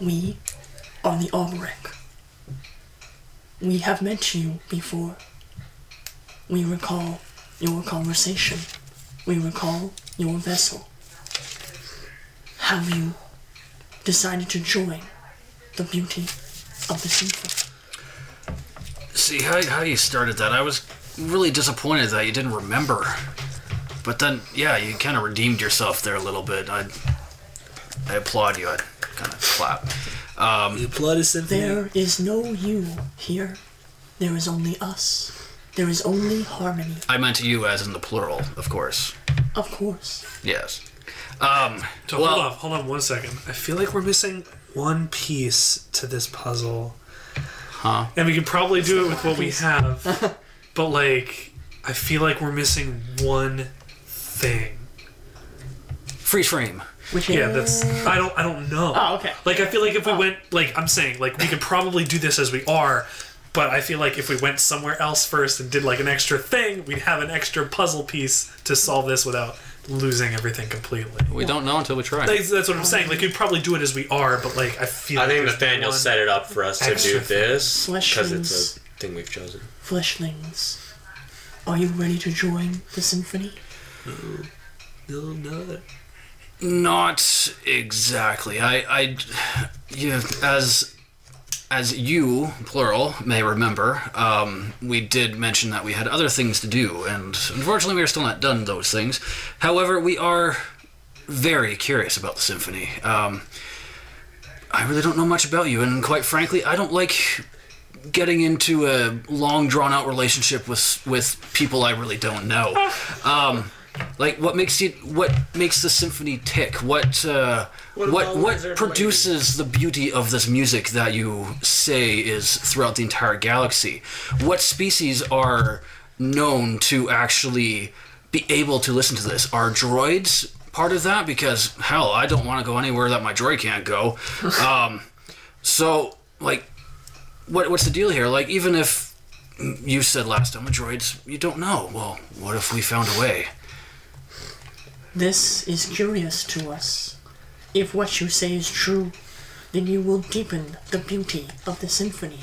[SPEAKER 3] We are the Almanac. We have met you before. We recall your conversation. We recall your vessel. Have you decided to join the beauty of the symphony?
[SPEAKER 8] See how how you started that. I was really disappointed that you didn't remember. But then, yeah, you kind of redeemed yourself there a little bit. I I applaud you. I kind of clap.
[SPEAKER 9] You applaud a symphony.
[SPEAKER 3] There is no you here. There is only us. There is only harmony,
[SPEAKER 8] I meant you as in the plural, of course.
[SPEAKER 3] of course.
[SPEAKER 8] Yes. Um,
[SPEAKER 5] So
[SPEAKER 8] well,
[SPEAKER 5] hold on, hold on one second. I feel like we're missing one piece to this puzzle. Huh? And we could probably do it with what we have, but like, I feel like we're missing one thing.
[SPEAKER 8] free frame.
[SPEAKER 3] Which
[SPEAKER 5] Yeah, that's. I don't. I don't know.
[SPEAKER 3] Oh, okay.
[SPEAKER 5] Like, I feel like if we went, like, I'm saying, like, we could probably do this as we are, but I feel like if we went somewhere else first and did like an extra thing, we'd have an extra puzzle piece to solve this without losing everything completely.
[SPEAKER 8] We don't know until we try.
[SPEAKER 5] That's, that's what I'm saying. Like, we'd probably do it as we are, but like, I feel.
[SPEAKER 6] I think
[SPEAKER 5] like there's
[SPEAKER 6] Nathaniel
[SPEAKER 5] one-
[SPEAKER 6] set it up for us to do
[SPEAKER 5] extra
[SPEAKER 6] this
[SPEAKER 3] flesh
[SPEAKER 6] because it's
[SPEAKER 3] things.
[SPEAKER 6] a thing we've chosen.
[SPEAKER 3] Fleshlings, are you ready to join the symphony?
[SPEAKER 9] No, no.
[SPEAKER 8] Not exactly. I, I, you as as you plural may remember, um, we did mention that we had other things to do, and unfortunately, we are still not done those things. However, we are very curious about the symphony. Um, I really don't know much about you, and quite frankly, I don't like getting into a long, drawn out relationship with with people I really don't know. Um, Like what makes you what makes the symphony tick? What uh,
[SPEAKER 6] What
[SPEAKER 8] what
[SPEAKER 6] about
[SPEAKER 8] what,
[SPEAKER 6] Wizard
[SPEAKER 8] produces the beauty of this music that you say is throughout the entire galaxy? What species are known to actually be able to listen to this? Are droids part of that? Because hell, I don't want to go anywhere that my droid can't go. Um, so like what what's the deal here? Like even if you said last time with droids, you don't know. Well, what if we found a way?
[SPEAKER 3] This is curious to us. If what you say is true, then you will deepen the beauty of the symphony.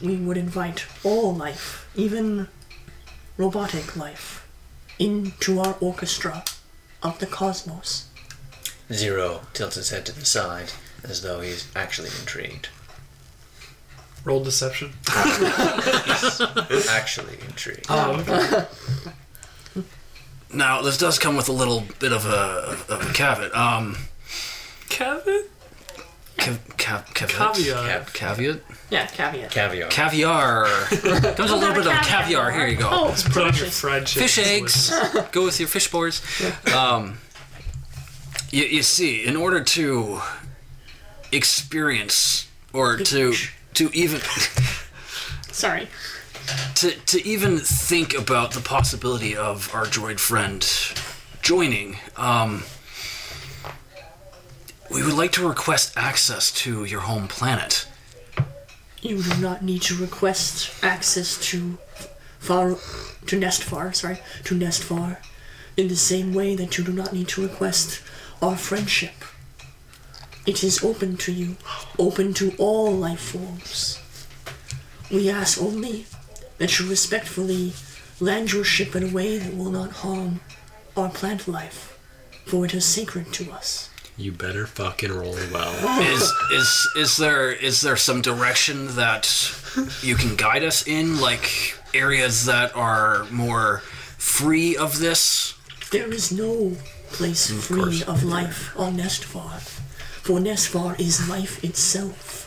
[SPEAKER 3] We would invite all life, even robotic life, into our orchestra of the cosmos.
[SPEAKER 7] Zero tilts his head to the side as though he's actually intrigued.
[SPEAKER 5] Roll deception.
[SPEAKER 7] Actually intrigued.
[SPEAKER 2] Oh,
[SPEAKER 8] Now, this does come with a little bit of a, of a caveat. Um,
[SPEAKER 5] Kevin?
[SPEAKER 8] cav, cav, caveat?
[SPEAKER 5] Caveat.
[SPEAKER 8] Caveat?
[SPEAKER 3] Yeah, caveat.
[SPEAKER 7] Caviar.
[SPEAKER 8] Caviar. Comes a little bit of caviar. Here you go.
[SPEAKER 3] Oh,
[SPEAKER 5] Put on your fried chicken.
[SPEAKER 8] Fish eggs. Go with your fish boards. Um, you, you see, in order to experience or to to even
[SPEAKER 3] sorry.
[SPEAKER 8] to, to even think about the possibility of our droid friend joining, um, we would like to request access to your home planet.
[SPEAKER 3] You do not need to request access to far to Nestfar, sorry, to Nestfar, in the same way that you do not need to request our friendship. It is open to you, open to all life forms. We ask only that you respectfully land your ship in a way that will not harm our plant life, for it is sacred to us.
[SPEAKER 6] You better fucking roll well.
[SPEAKER 8] Is is is there is there some direction that you can guide us in, like areas that are more free of this?
[SPEAKER 3] There is no place free of life on Nestvar, for Nestvar is life itself.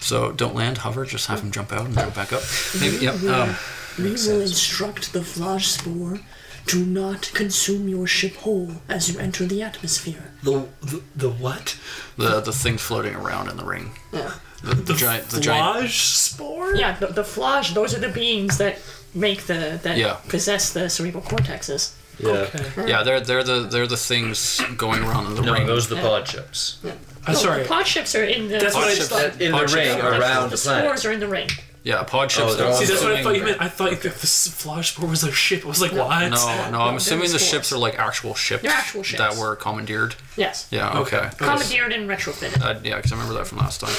[SPEAKER 8] So don't land, hover, just have him jump out and go back up. Maybe, yep. Um,
[SPEAKER 3] We will instruct the Vlaj Spore to not consume your ship whole as you enter the atmosphere.
[SPEAKER 9] The, the the what?
[SPEAKER 8] the the thing floating around in the ring. The, the giant, the giant
[SPEAKER 5] Flage spore?
[SPEAKER 3] Yeah, the, the Vlaj, those are the beings that make the that
[SPEAKER 8] Yeah.
[SPEAKER 3] possess the cerebral cortexes.
[SPEAKER 2] Yeah.
[SPEAKER 8] Yeah, they're they're the they're the things going around in the
[SPEAKER 2] No,
[SPEAKER 8] ring.
[SPEAKER 2] those are the pod chips.
[SPEAKER 5] I'm sorry.
[SPEAKER 3] The pod ships are in the
[SPEAKER 5] That's what I
[SPEAKER 8] Pod
[SPEAKER 5] thought.
[SPEAKER 7] In the
[SPEAKER 8] Pod
[SPEAKER 7] ring
[SPEAKER 8] ships.
[SPEAKER 7] around
[SPEAKER 3] the
[SPEAKER 7] the planet.
[SPEAKER 3] spores are in the ring.
[SPEAKER 8] yeah, pod ships.
[SPEAKER 2] Oh, they're
[SPEAKER 8] are
[SPEAKER 2] all-
[SPEAKER 5] See,
[SPEAKER 8] also
[SPEAKER 5] that's what I
[SPEAKER 8] in
[SPEAKER 5] thought you
[SPEAKER 8] the
[SPEAKER 5] meant. I thought that this flage spore was a ship. I was like, what?
[SPEAKER 8] ring. No, no, I'm
[SPEAKER 3] No,
[SPEAKER 8] assuming the
[SPEAKER 3] they're the
[SPEAKER 8] ships
[SPEAKER 3] spores.
[SPEAKER 8] are like actual ships,
[SPEAKER 3] They're actual ships.
[SPEAKER 8] that were commandeered.
[SPEAKER 3] Yes.
[SPEAKER 8] Yeah, okay.
[SPEAKER 3] Commandeered and retrofitted.
[SPEAKER 8] Uh, yeah, because I remember that from last time.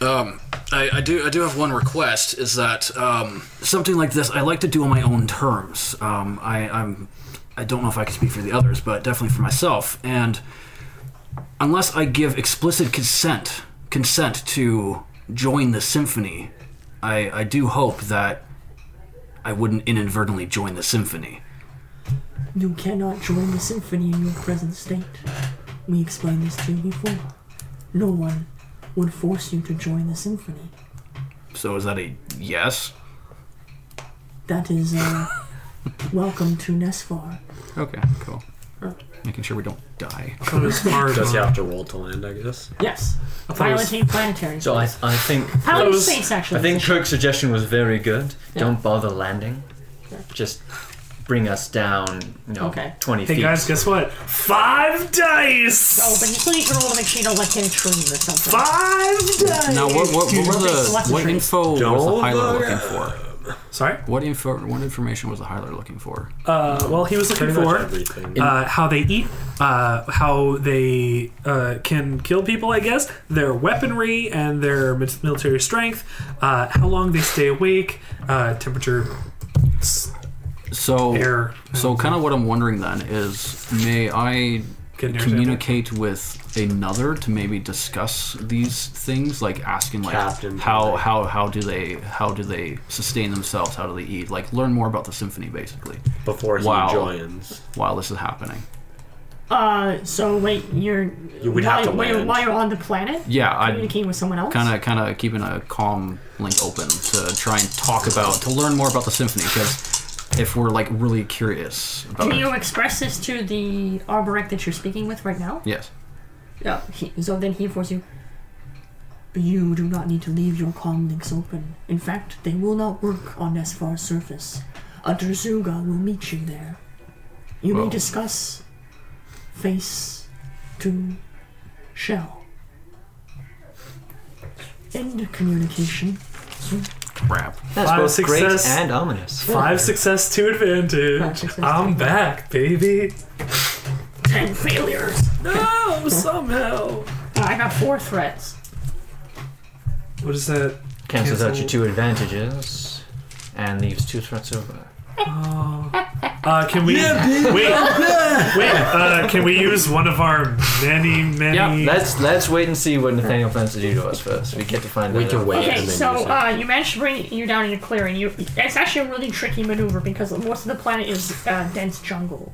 [SPEAKER 8] Um, I, I do I do have one request is that um, something like this I like to do on my own terms. Um, I, I'm I don't know if I can speak for the others, but definitely for myself. And unless I give explicit consent consent to join the symphony, I, I do hope that I wouldn't inadvertently join the symphony.
[SPEAKER 3] You cannot join the symphony in your present state. We explained this to you before. No one would force you to join the symphony.
[SPEAKER 8] So is that a yes?
[SPEAKER 3] That is, uh, welcome to Nesfar.
[SPEAKER 8] Okay, cool. Making sure we don't die.
[SPEAKER 6] Does he have to roll to land, I guess?
[SPEAKER 3] Yes. Violent Hate Planetary.
[SPEAKER 2] So I, I think
[SPEAKER 3] Paladin Space, actually.
[SPEAKER 2] I think Kirk's suggestion was very good. Don't bother landing. Just bring us down, you know,
[SPEAKER 3] Okay.
[SPEAKER 2] 20
[SPEAKER 5] Hey
[SPEAKER 2] feet.
[SPEAKER 5] guys, guess what? Five dice!
[SPEAKER 3] Oh, but you please roll to make sure you don't like hit a tree or something.
[SPEAKER 5] Five dice!
[SPEAKER 8] Now, what, what, what were the
[SPEAKER 3] Lots of
[SPEAKER 8] what
[SPEAKER 3] trees.
[SPEAKER 8] info was the
[SPEAKER 6] Don't
[SPEAKER 8] Hylar
[SPEAKER 6] look
[SPEAKER 8] looking for?
[SPEAKER 5] Sorry?
[SPEAKER 8] What info? What information was the Hylar looking for?
[SPEAKER 5] Uh, well, he was looking
[SPEAKER 6] Pretty much
[SPEAKER 5] for
[SPEAKER 6] everything.
[SPEAKER 5] uh, how they eat, uh, how they uh, can kill people, I guess, their weaponry and their mi- military strength, uh, how long they stay awake, uh, temperature,
[SPEAKER 8] So,
[SPEAKER 5] air.
[SPEAKER 8] so kind of what I'm wondering then is, may I
[SPEAKER 5] Get an air
[SPEAKER 8] communicate with another to maybe discuss these things, like asking like
[SPEAKER 6] Captain
[SPEAKER 8] how
[SPEAKER 6] Blake.
[SPEAKER 8] how how do they how do they sustain themselves? How do they eat? Like learn more about the symphony basically
[SPEAKER 6] Before he
[SPEAKER 8] Wow.
[SPEAKER 6] joins.
[SPEAKER 8] while this is happening.
[SPEAKER 3] Uh, so wait, you're.
[SPEAKER 6] You would have to
[SPEAKER 3] while-
[SPEAKER 6] land.
[SPEAKER 3] While you're on the planet?
[SPEAKER 8] Yeah, I
[SPEAKER 3] Communicating with someone else?
[SPEAKER 8] kind of kind of keeping a calm link open to try and talk about to learn more about the symphony because if we're like really curious. About
[SPEAKER 3] Can
[SPEAKER 8] it.
[SPEAKER 3] you express this to the arborect that you're speaking with right now?
[SPEAKER 8] Yes.
[SPEAKER 3] Yeah. He, so then he informs you. You do not need to leave your comm links open. In fact, they will not work on Esfar's surface. A Drzuga will meet you there. You
[SPEAKER 8] Well.
[SPEAKER 3] may discuss face to shell. End communication.
[SPEAKER 8] Crap.
[SPEAKER 2] That's
[SPEAKER 5] Five
[SPEAKER 2] both
[SPEAKER 5] success.
[SPEAKER 2] great and ominous.
[SPEAKER 5] Five success, two
[SPEAKER 3] Five
[SPEAKER 5] advantage.
[SPEAKER 3] success,
[SPEAKER 5] I'm
[SPEAKER 3] two
[SPEAKER 5] back, baby.
[SPEAKER 3] Ten failures.
[SPEAKER 5] No, somehow.
[SPEAKER 3] I got four threats.
[SPEAKER 5] What is that?
[SPEAKER 2] Cancels out your two advantages and leaves two threats over.
[SPEAKER 5] Uh, can we wait? wait. Uh, can we use one of our many, many?
[SPEAKER 2] Let's let's wait and see what Nathaniel plans to do to us first. We get to find
[SPEAKER 7] We
[SPEAKER 2] that
[SPEAKER 7] can
[SPEAKER 2] out.
[SPEAKER 7] wait and
[SPEAKER 3] Okay,
[SPEAKER 7] then
[SPEAKER 3] so
[SPEAKER 7] use it.
[SPEAKER 3] uh, you managed to bring you down in a clearing. You, it's actually a really tricky maneuver because most of the planet is uh, dense jungle.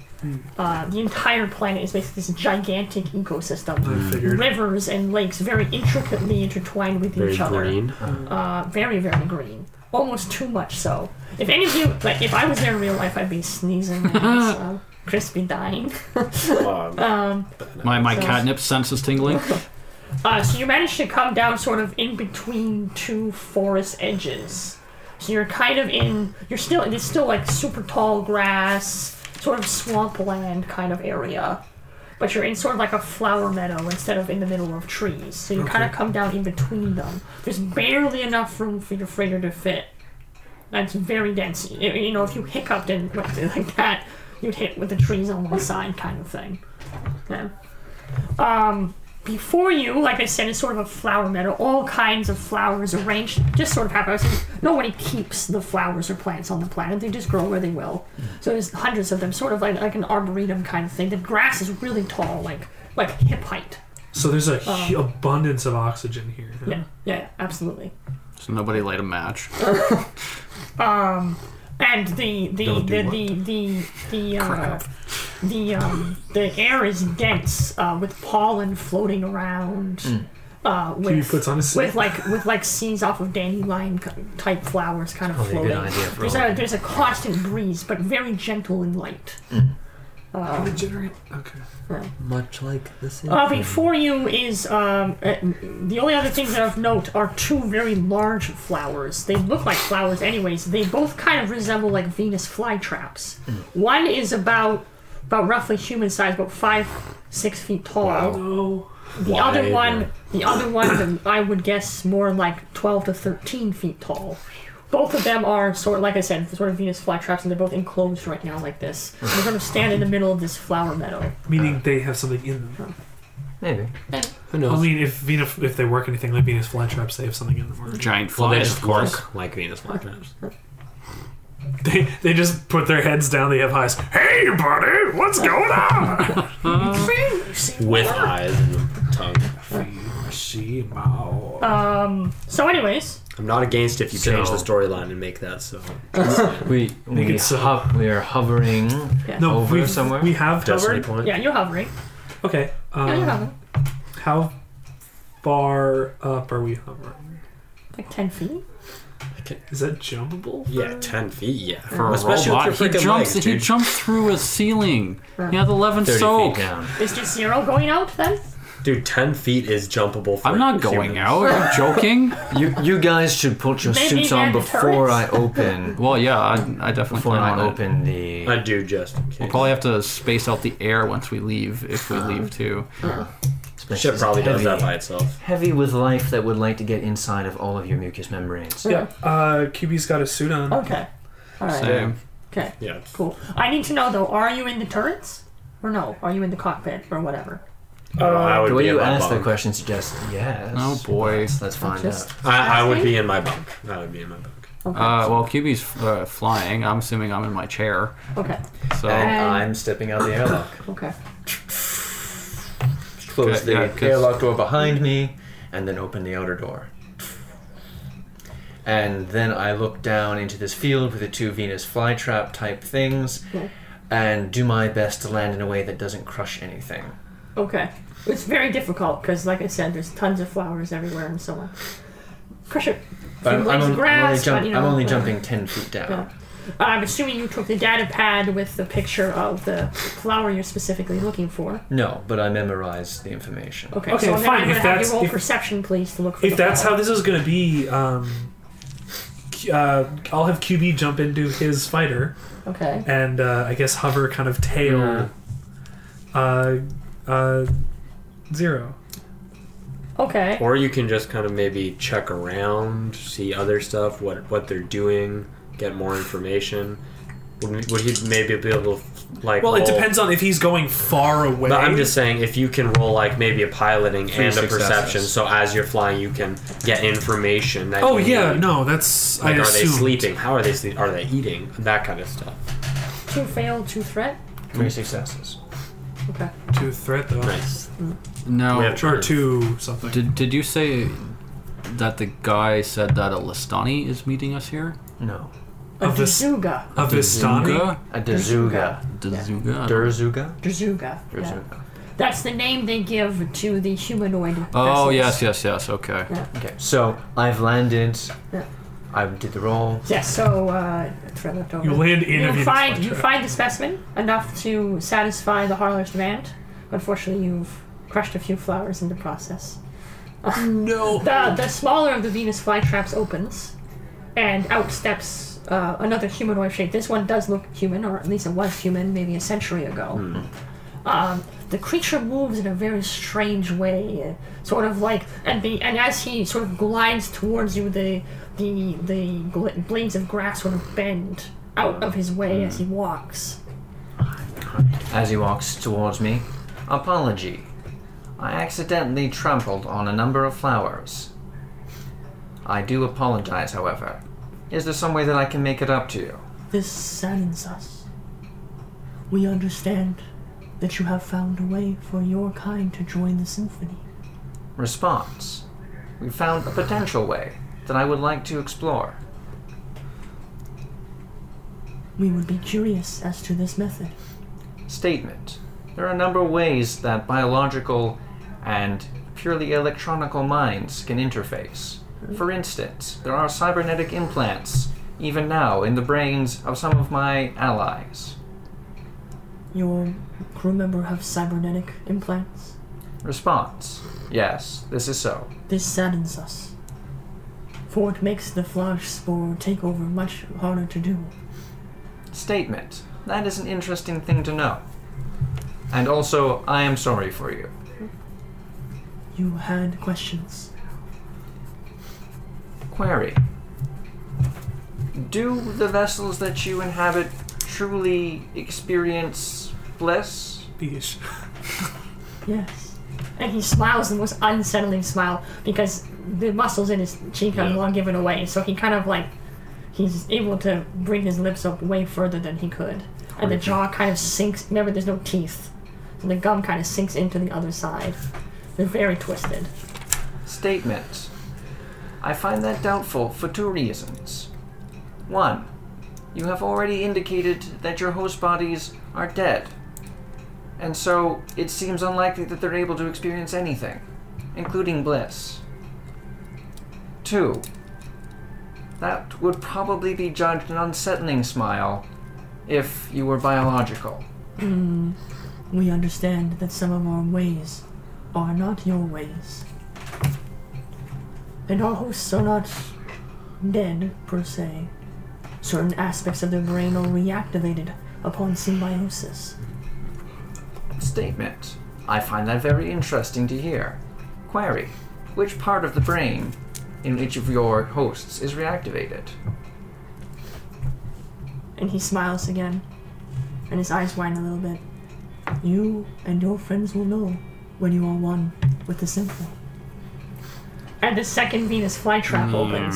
[SPEAKER 3] Uh, the entire planet is basically this gigantic ecosystem.
[SPEAKER 5] figured.
[SPEAKER 3] Rivers and lakes very intricately intertwined with
[SPEAKER 6] Very
[SPEAKER 3] each other.
[SPEAKER 6] green.
[SPEAKER 3] Uh, very, very green. Almost too much so. If any of you, like, if I was there in real life, I'd be sneezing. and, uh, Crispy dying.
[SPEAKER 8] My my
[SPEAKER 3] So-
[SPEAKER 8] catnip sense is tingling.
[SPEAKER 3] Uh, so you managed to come down sort of in between two forest edges. So you're kind of in. You're still. It's still like super tall grass, sort of swampland kind of area. But you're in sort of like a flower meadow instead of in the middle of trees. So you kind of come down in between them. There's barely enough room for your freighter to fit. That's very dense. You you know, if you hiccuped and went like that, you'd hit with the trees on one side, kind of thing. Yeah. Um, before you, like I said, is sort of a flower meadow. All kinds of flowers arranged, just sort of happen. Nobody keeps the flowers or plants on the planet; they just grow where they will. So there's hundreds of them, sort of like, like an arboretum kind of thing. The grass is really tall, like like hip height.
[SPEAKER 5] So there's a hu- abundance of oxygen here.
[SPEAKER 3] Oh. Yeah, yeah, absolutely.
[SPEAKER 8] So nobody light a match.
[SPEAKER 3] And the the
[SPEAKER 8] Don't
[SPEAKER 3] the,
[SPEAKER 8] do
[SPEAKER 3] the the the uh, the um the air is dense uh, with pollen floating around.
[SPEAKER 2] Hmm.
[SPEAKER 3] Uh, with,
[SPEAKER 5] He puts on his
[SPEAKER 3] with like with like scenes off of dandelion c- type flowers kind of
[SPEAKER 2] a
[SPEAKER 3] floating.
[SPEAKER 2] good idea for
[SPEAKER 3] there's
[SPEAKER 2] all
[SPEAKER 3] a there's a constant breeze, but very gentle and light.
[SPEAKER 2] Hmm.
[SPEAKER 5] regenerate. Okay.
[SPEAKER 9] Much like this.
[SPEAKER 3] Uh, before you is um, uh, the only other things that of note are two very large flowers. They look like flowers, anyways. They both kind of resemble like Venus flytraps. One is about about roughly human size, about five six feet tall. The other one, the other one, I would guess more like twelve to thirteen feet tall. Both of them are sort, like I said, sort of Venus flytraps, and they're both enclosed right now like this. They sort of stand in the middle of this flower meadow.
[SPEAKER 5] Meaning they have something in them.
[SPEAKER 2] Maybe.
[SPEAKER 6] Who
[SPEAKER 5] I
[SPEAKER 6] knows?
[SPEAKER 5] mean, if Venus, if they work anything like Venus flytraps, they have something in them. already.
[SPEAKER 8] Giant
[SPEAKER 6] Well, they
[SPEAKER 8] flies,
[SPEAKER 6] just
[SPEAKER 8] of course.
[SPEAKER 6] look like Venus flytraps.
[SPEAKER 5] They, they just put their heads down. They have eyes. Hey, buddy, what's going on?
[SPEAKER 6] With eyes and a tongue.
[SPEAKER 5] See Mao.
[SPEAKER 3] So, anyways,
[SPEAKER 6] I'm not against if you change
[SPEAKER 2] So-
[SPEAKER 6] the storyline and make that so.
[SPEAKER 2] We we,
[SPEAKER 5] it's, uh,
[SPEAKER 2] hop, we are hovering.
[SPEAKER 5] No,
[SPEAKER 2] Over
[SPEAKER 5] we've-
[SPEAKER 2] somewhere?
[SPEAKER 5] We have
[SPEAKER 6] Destiny
[SPEAKER 5] covered.
[SPEAKER 6] point.
[SPEAKER 3] yeah, you're hovering.
[SPEAKER 5] Okay.
[SPEAKER 3] Yeah, you're
[SPEAKER 5] Um,
[SPEAKER 3] hovering.
[SPEAKER 5] how far up are we hovering?
[SPEAKER 3] Like ten feet.
[SPEAKER 5] Is that jumpable?
[SPEAKER 6] Yeah, ten feet. Yeah,
[SPEAKER 8] For a robot, he jumps. he jumps through a ceiling. Yeah, the eleven
[SPEAKER 2] Thirty
[SPEAKER 8] soak.
[SPEAKER 2] feet down.
[SPEAKER 3] Is just zero going out then?
[SPEAKER 6] Dude, ten feet is jumpable. For
[SPEAKER 8] I'm not going out. I'm joking.
[SPEAKER 2] You you guys should put your
[SPEAKER 3] Maybe
[SPEAKER 2] suits on
[SPEAKER 3] they're
[SPEAKER 2] before I
[SPEAKER 3] deterrents.
[SPEAKER 2] open.
[SPEAKER 8] Well, yeah, I, I definitely
[SPEAKER 2] Before
[SPEAKER 8] plan
[SPEAKER 2] I
[SPEAKER 8] on it.
[SPEAKER 2] open the.
[SPEAKER 6] I do just. in case.
[SPEAKER 8] Probably have to space out the air once we leave, if we
[SPEAKER 2] Uh-huh.
[SPEAKER 8] leave too.
[SPEAKER 2] space.
[SPEAKER 6] Shit probably does
[SPEAKER 2] Heavy-
[SPEAKER 6] that by itself.
[SPEAKER 2] Heavy with life that would like to get inside of all of your mucous membranes.
[SPEAKER 5] Yeah. Uh, QB's got a suit on.
[SPEAKER 3] Okay. All right.
[SPEAKER 8] Same.
[SPEAKER 3] Okay.
[SPEAKER 6] Yeah.
[SPEAKER 3] Cool. I need to know though. Are you in the turrets? Or no? Are you in the cockpit or whatever?
[SPEAKER 6] I would
[SPEAKER 2] The way
[SPEAKER 6] be in
[SPEAKER 2] you
[SPEAKER 6] my
[SPEAKER 2] ask
[SPEAKER 6] bunk.
[SPEAKER 2] that question suggests yes.
[SPEAKER 8] Oh boy.
[SPEAKER 2] Let's find
[SPEAKER 3] Just-
[SPEAKER 2] out.
[SPEAKER 6] I, I would be in my bunk. I would be in my bunk.
[SPEAKER 8] Uh, well, QB's uh, flying. I'm assuming I'm in my chair.
[SPEAKER 3] Okay.
[SPEAKER 8] So
[SPEAKER 2] And
[SPEAKER 3] Um,
[SPEAKER 2] Oh, I'm stepping out the airlock.
[SPEAKER 3] Okay.
[SPEAKER 2] Close
[SPEAKER 8] Okay,
[SPEAKER 2] the
[SPEAKER 8] yeah, 'cause-
[SPEAKER 2] airlock door behind me, and then open the outer door. And then I look down into this field with the two Venus flytrap type things, and do my best to land in a way that doesn't crush anything.
[SPEAKER 3] Okay. It's very difficult because, like I said, there's tons of flowers everywhere and so on. Pressure.
[SPEAKER 2] But I'm, I'm,
[SPEAKER 3] Lays
[SPEAKER 2] on- I'm only,
[SPEAKER 3] grass,
[SPEAKER 2] jump-
[SPEAKER 3] but, you know,
[SPEAKER 2] I'm only
[SPEAKER 3] yeah.
[SPEAKER 2] jumping ten feet down.
[SPEAKER 3] I'm assuming you took the data pad with the picture of the flower you're specifically looking for.
[SPEAKER 7] No, but I memorized the information.
[SPEAKER 3] Okay,
[SPEAKER 5] Okay,
[SPEAKER 3] so then
[SPEAKER 5] fine,
[SPEAKER 3] I'm
[SPEAKER 5] if
[SPEAKER 3] gonna have
[SPEAKER 5] that's-
[SPEAKER 3] you roll
[SPEAKER 5] if-
[SPEAKER 3] perception, please, to look for
[SPEAKER 5] If
[SPEAKER 3] the
[SPEAKER 5] that's how
[SPEAKER 3] flower.
[SPEAKER 5] this is going to be, um, Q- uh, I'll have QB jump into his fighter
[SPEAKER 3] Okay.
[SPEAKER 5] and uh, I guess hover kind of
[SPEAKER 6] Hmm.
[SPEAKER 5] tail uh, uh, zero.
[SPEAKER 3] Okay.
[SPEAKER 6] Or you can just kind of maybe check around, see other stuff, what what they're doing, get more information. Would, would he maybe be able to like?
[SPEAKER 5] Well, it
[SPEAKER 6] roll-
[SPEAKER 5] depends on if he's going far away.
[SPEAKER 6] But I'm just saying, if you can roll like maybe a piloting and a
[SPEAKER 7] successes.
[SPEAKER 6] perception, so as you're flying, you can get information. That
[SPEAKER 5] Oh
[SPEAKER 6] you
[SPEAKER 5] yeah,
[SPEAKER 6] need.
[SPEAKER 5] no, that's
[SPEAKER 6] Like, are
[SPEAKER 5] I
[SPEAKER 6] they
[SPEAKER 5] assume.
[SPEAKER 6] sleeping? How are they sleeping? Are they eating? That kind of stuff.
[SPEAKER 3] Two failed, two threat.
[SPEAKER 7] Three successes.
[SPEAKER 3] Okay.
[SPEAKER 5] Two threat though,
[SPEAKER 6] Nice.
[SPEAKER 8] No.
[SPEAKER 6] We have
[SPEAKER 5] or two something.
[SPEAKER 8] Did, did you say that the guy said that a Listani is meeting us here?
[SPEAKER 7] No.
[SPEAKER 3] A
[SPEAKER 5] Of this-
[SPEAKER 3] Dazuga.
[SPEAKER 5] Of Vistani.
[SPEAKER 8] Dunga?
[SPEAKER 7] A Dazuga.
[SPEAKER 8] Dazuga?
[SPEAKER 7] Durzuga?
[SPEAKER 3] Dazuga. Yeah.
[SPEAKER 7] Durzuga.
[SPEAKER 3] That's the name they give to the humanoid.
[SPEAKER 8] Oh,
[SPEAKER 3] vessels.
[SPEAKER 8] yes, yes, yes. Okay.
[SPEAKER 7] Okay, so I've landed.
[SPEAKER 3] Yeah.
[SPEAKER 7] I did the roll.
[SPEAKER 3] Yeah, so uh, threat left over.
[SPEAKER 5] You land in a
[SPEAKER 3] You
[SPEAKER 5] Venus
[SPEAKER 3] find you
[SPEAKER 5] flytrap.
[SPEAKER 3] find the specimen enough to satisfy the harler's demand. Unfortunately, you've crushed a few flowers in the process. No. the the smaller of the Venus flytraps opens, and out steps uh, another humanoid shape. This one does look human, or at least it was human, maybe a century
[SPEAKER 8] Hmm.
[SPEAKER 3] ago. Um, the creature moves in a very strange way, sort of like, and the and as he sort of glides towards you, the the the gl- blades of grass sort of bend out of his way as he walks.
[SPEAKER 7] As he walks towards me, apology. I accidentally trampled on a number of flowers. I do apologize, however. Is there some way that I can make it up to you?
[SPEAKER 3] This saddens us. We understand that you have found a way for your kind to join the symphony.
[SPEAKER 7] Response. We found a potential way that I would like to explore.
[SPEAKER 3] We would be curious as to this method.
[SPEAKER 7] Statement. There are a number of ways that biological and purely electronical minds can interface. For instance, there are cybernetic implants, even now, in the brains of some of my allies.
[SPEAKER 3] Your crew member have cybernetic implants.
[SPEAKER 7] Response. Yes, this is so.
[SPEAKER 3] This saddens us, for it makes the flash spore takeover much harder to do.
[SPEAKER 7] Statement. That is an interesting thing to know. And also, I am sorry for you.
[SPEAKER 3] You had questions.
[SPEAKER 7] Query. Do the vessels that you inhabit truly experience bliss?
[SPEAKER 5] Beesh.
[SPEAKER 3] Yes. And he smiles the most unsettling smile because the muscles in his cheek are long given away, so he kind of like he's able to bring his lips up way further than he could. And the jaw kind of sinks remember there's no teeth. So the gum kind of sinks into the other side. They're very twisted.
[SPEAKER 7] Statement. I find that doubtful for two reasons. One, you have already indicated that your host bodies are dead, and so it seems unlikely that they're able to experience anything, including bliss. Two, that would probably be judged an unsettling smile if you were biological.
[SPEAKER 3] We understand that some of our ways are not your ways. And our hosts are not dead, per se. Certain aspects of their brain are reactivated upon symbiosis.
[SPEAKER 7] Statement. I find that very interesting to hear. Query. Which part of the brain in each of your hosts is reactivated?
[SPEAKER 3] And he smiles again, and his eyes widen a little bit. You and your friends will know when you are one with the symphony. And the second Venus flytrap opens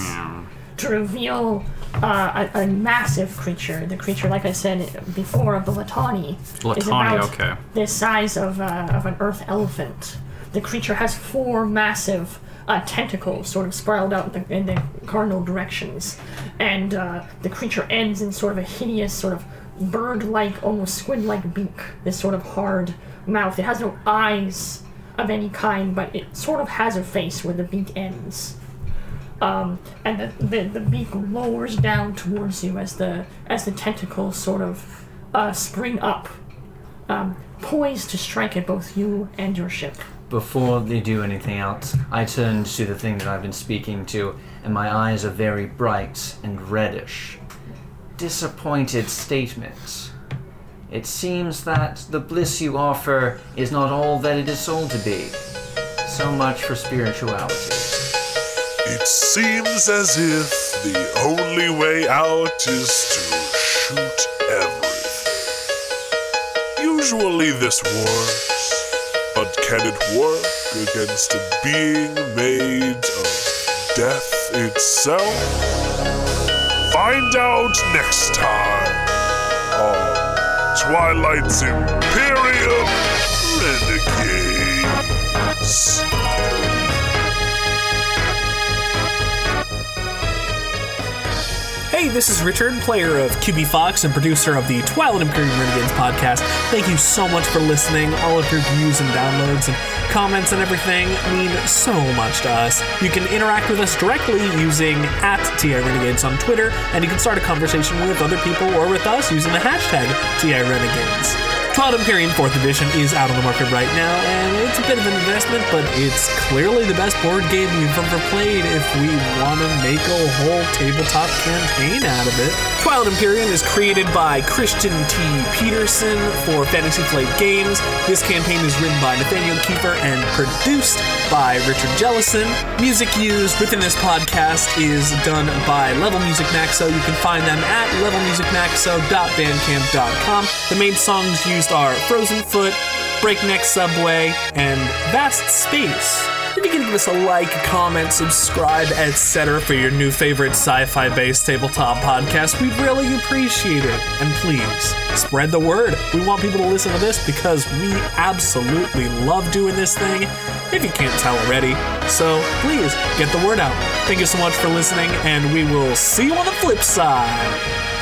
[SPEAKER 3] to reveal uh, a, a massive creature. The creature, like I said before, of the Latani. is
[SPEAKER 8] Latani,
[SPEAKER 3] about
[SPEAKER 8] okay.
[SPEAKER 3] The size of, uh, of an earth elephant. The creature has four massive uh, tentacles sort of spiraled out in the, in the cardinal directions. And uh, the creature ends in sort of a hideous, sort of bird like, almost squid like beak. This sort of hard mouth. It has no eyes of any kind, but it sort of has a face where the beak ends. um, and the, the, the beak lowers down towards you as the as the tentacles sort of uh, spring up, um, poised to strike at both you and your ship.
[SPEAKER 2] Before they do anything else, I turn to the thing that I've been speaking to, and my eyes are very bright and reddish. Disappointed statement. It seems that the bliss you offer is not all that it is sold to be. So much for spirituality.
[SPEAKER 1] It seems as if the only way out is to shoot everything. Usually this works, but can it work against a being made of death itself? Find out next time on Twilight's Imperium Renegades.
[SPEAKER 4] Hey, this is Richard, player of QB Fox and producer of the Twilight Imperium Renegades podcast. Thank you so much for listening. All of your views and downloads and comments and everything mean so much to us. You can interact with us directly using at TI Renegades on Twitter, and you can start a conversation with other people or with us using the hashtag TI Renegades. Twilight Imperium 4th Edition is out on the market right now, and it's a bit of an investment, but it's clearly the best board game we've ever played if we want to make a whole tabletop campaign out of it. Twilight Imperium is created by Christian T. Peterson for Fantasy Flight Games. This campaign is written by Nathaniel Kiefer and produced by Richard Jellison. Music used within this podcast is done by Level Music Maxo. You can find them at levelmusicmaxo.bandcamp.com. The main songs used are Frozen Foot, Breakneck Subway, and Vast Space. If you can give us a like, comment, subscribe, etc. for your new favorite sci-fi based tabletop podcast, we'd really appreciate it. And please, spread the word. We want people to listen to this because we absolutely love doing this thing, if you can't tell already. So please, get the word out. Thank you so much for listening, and we will see you on the flip side.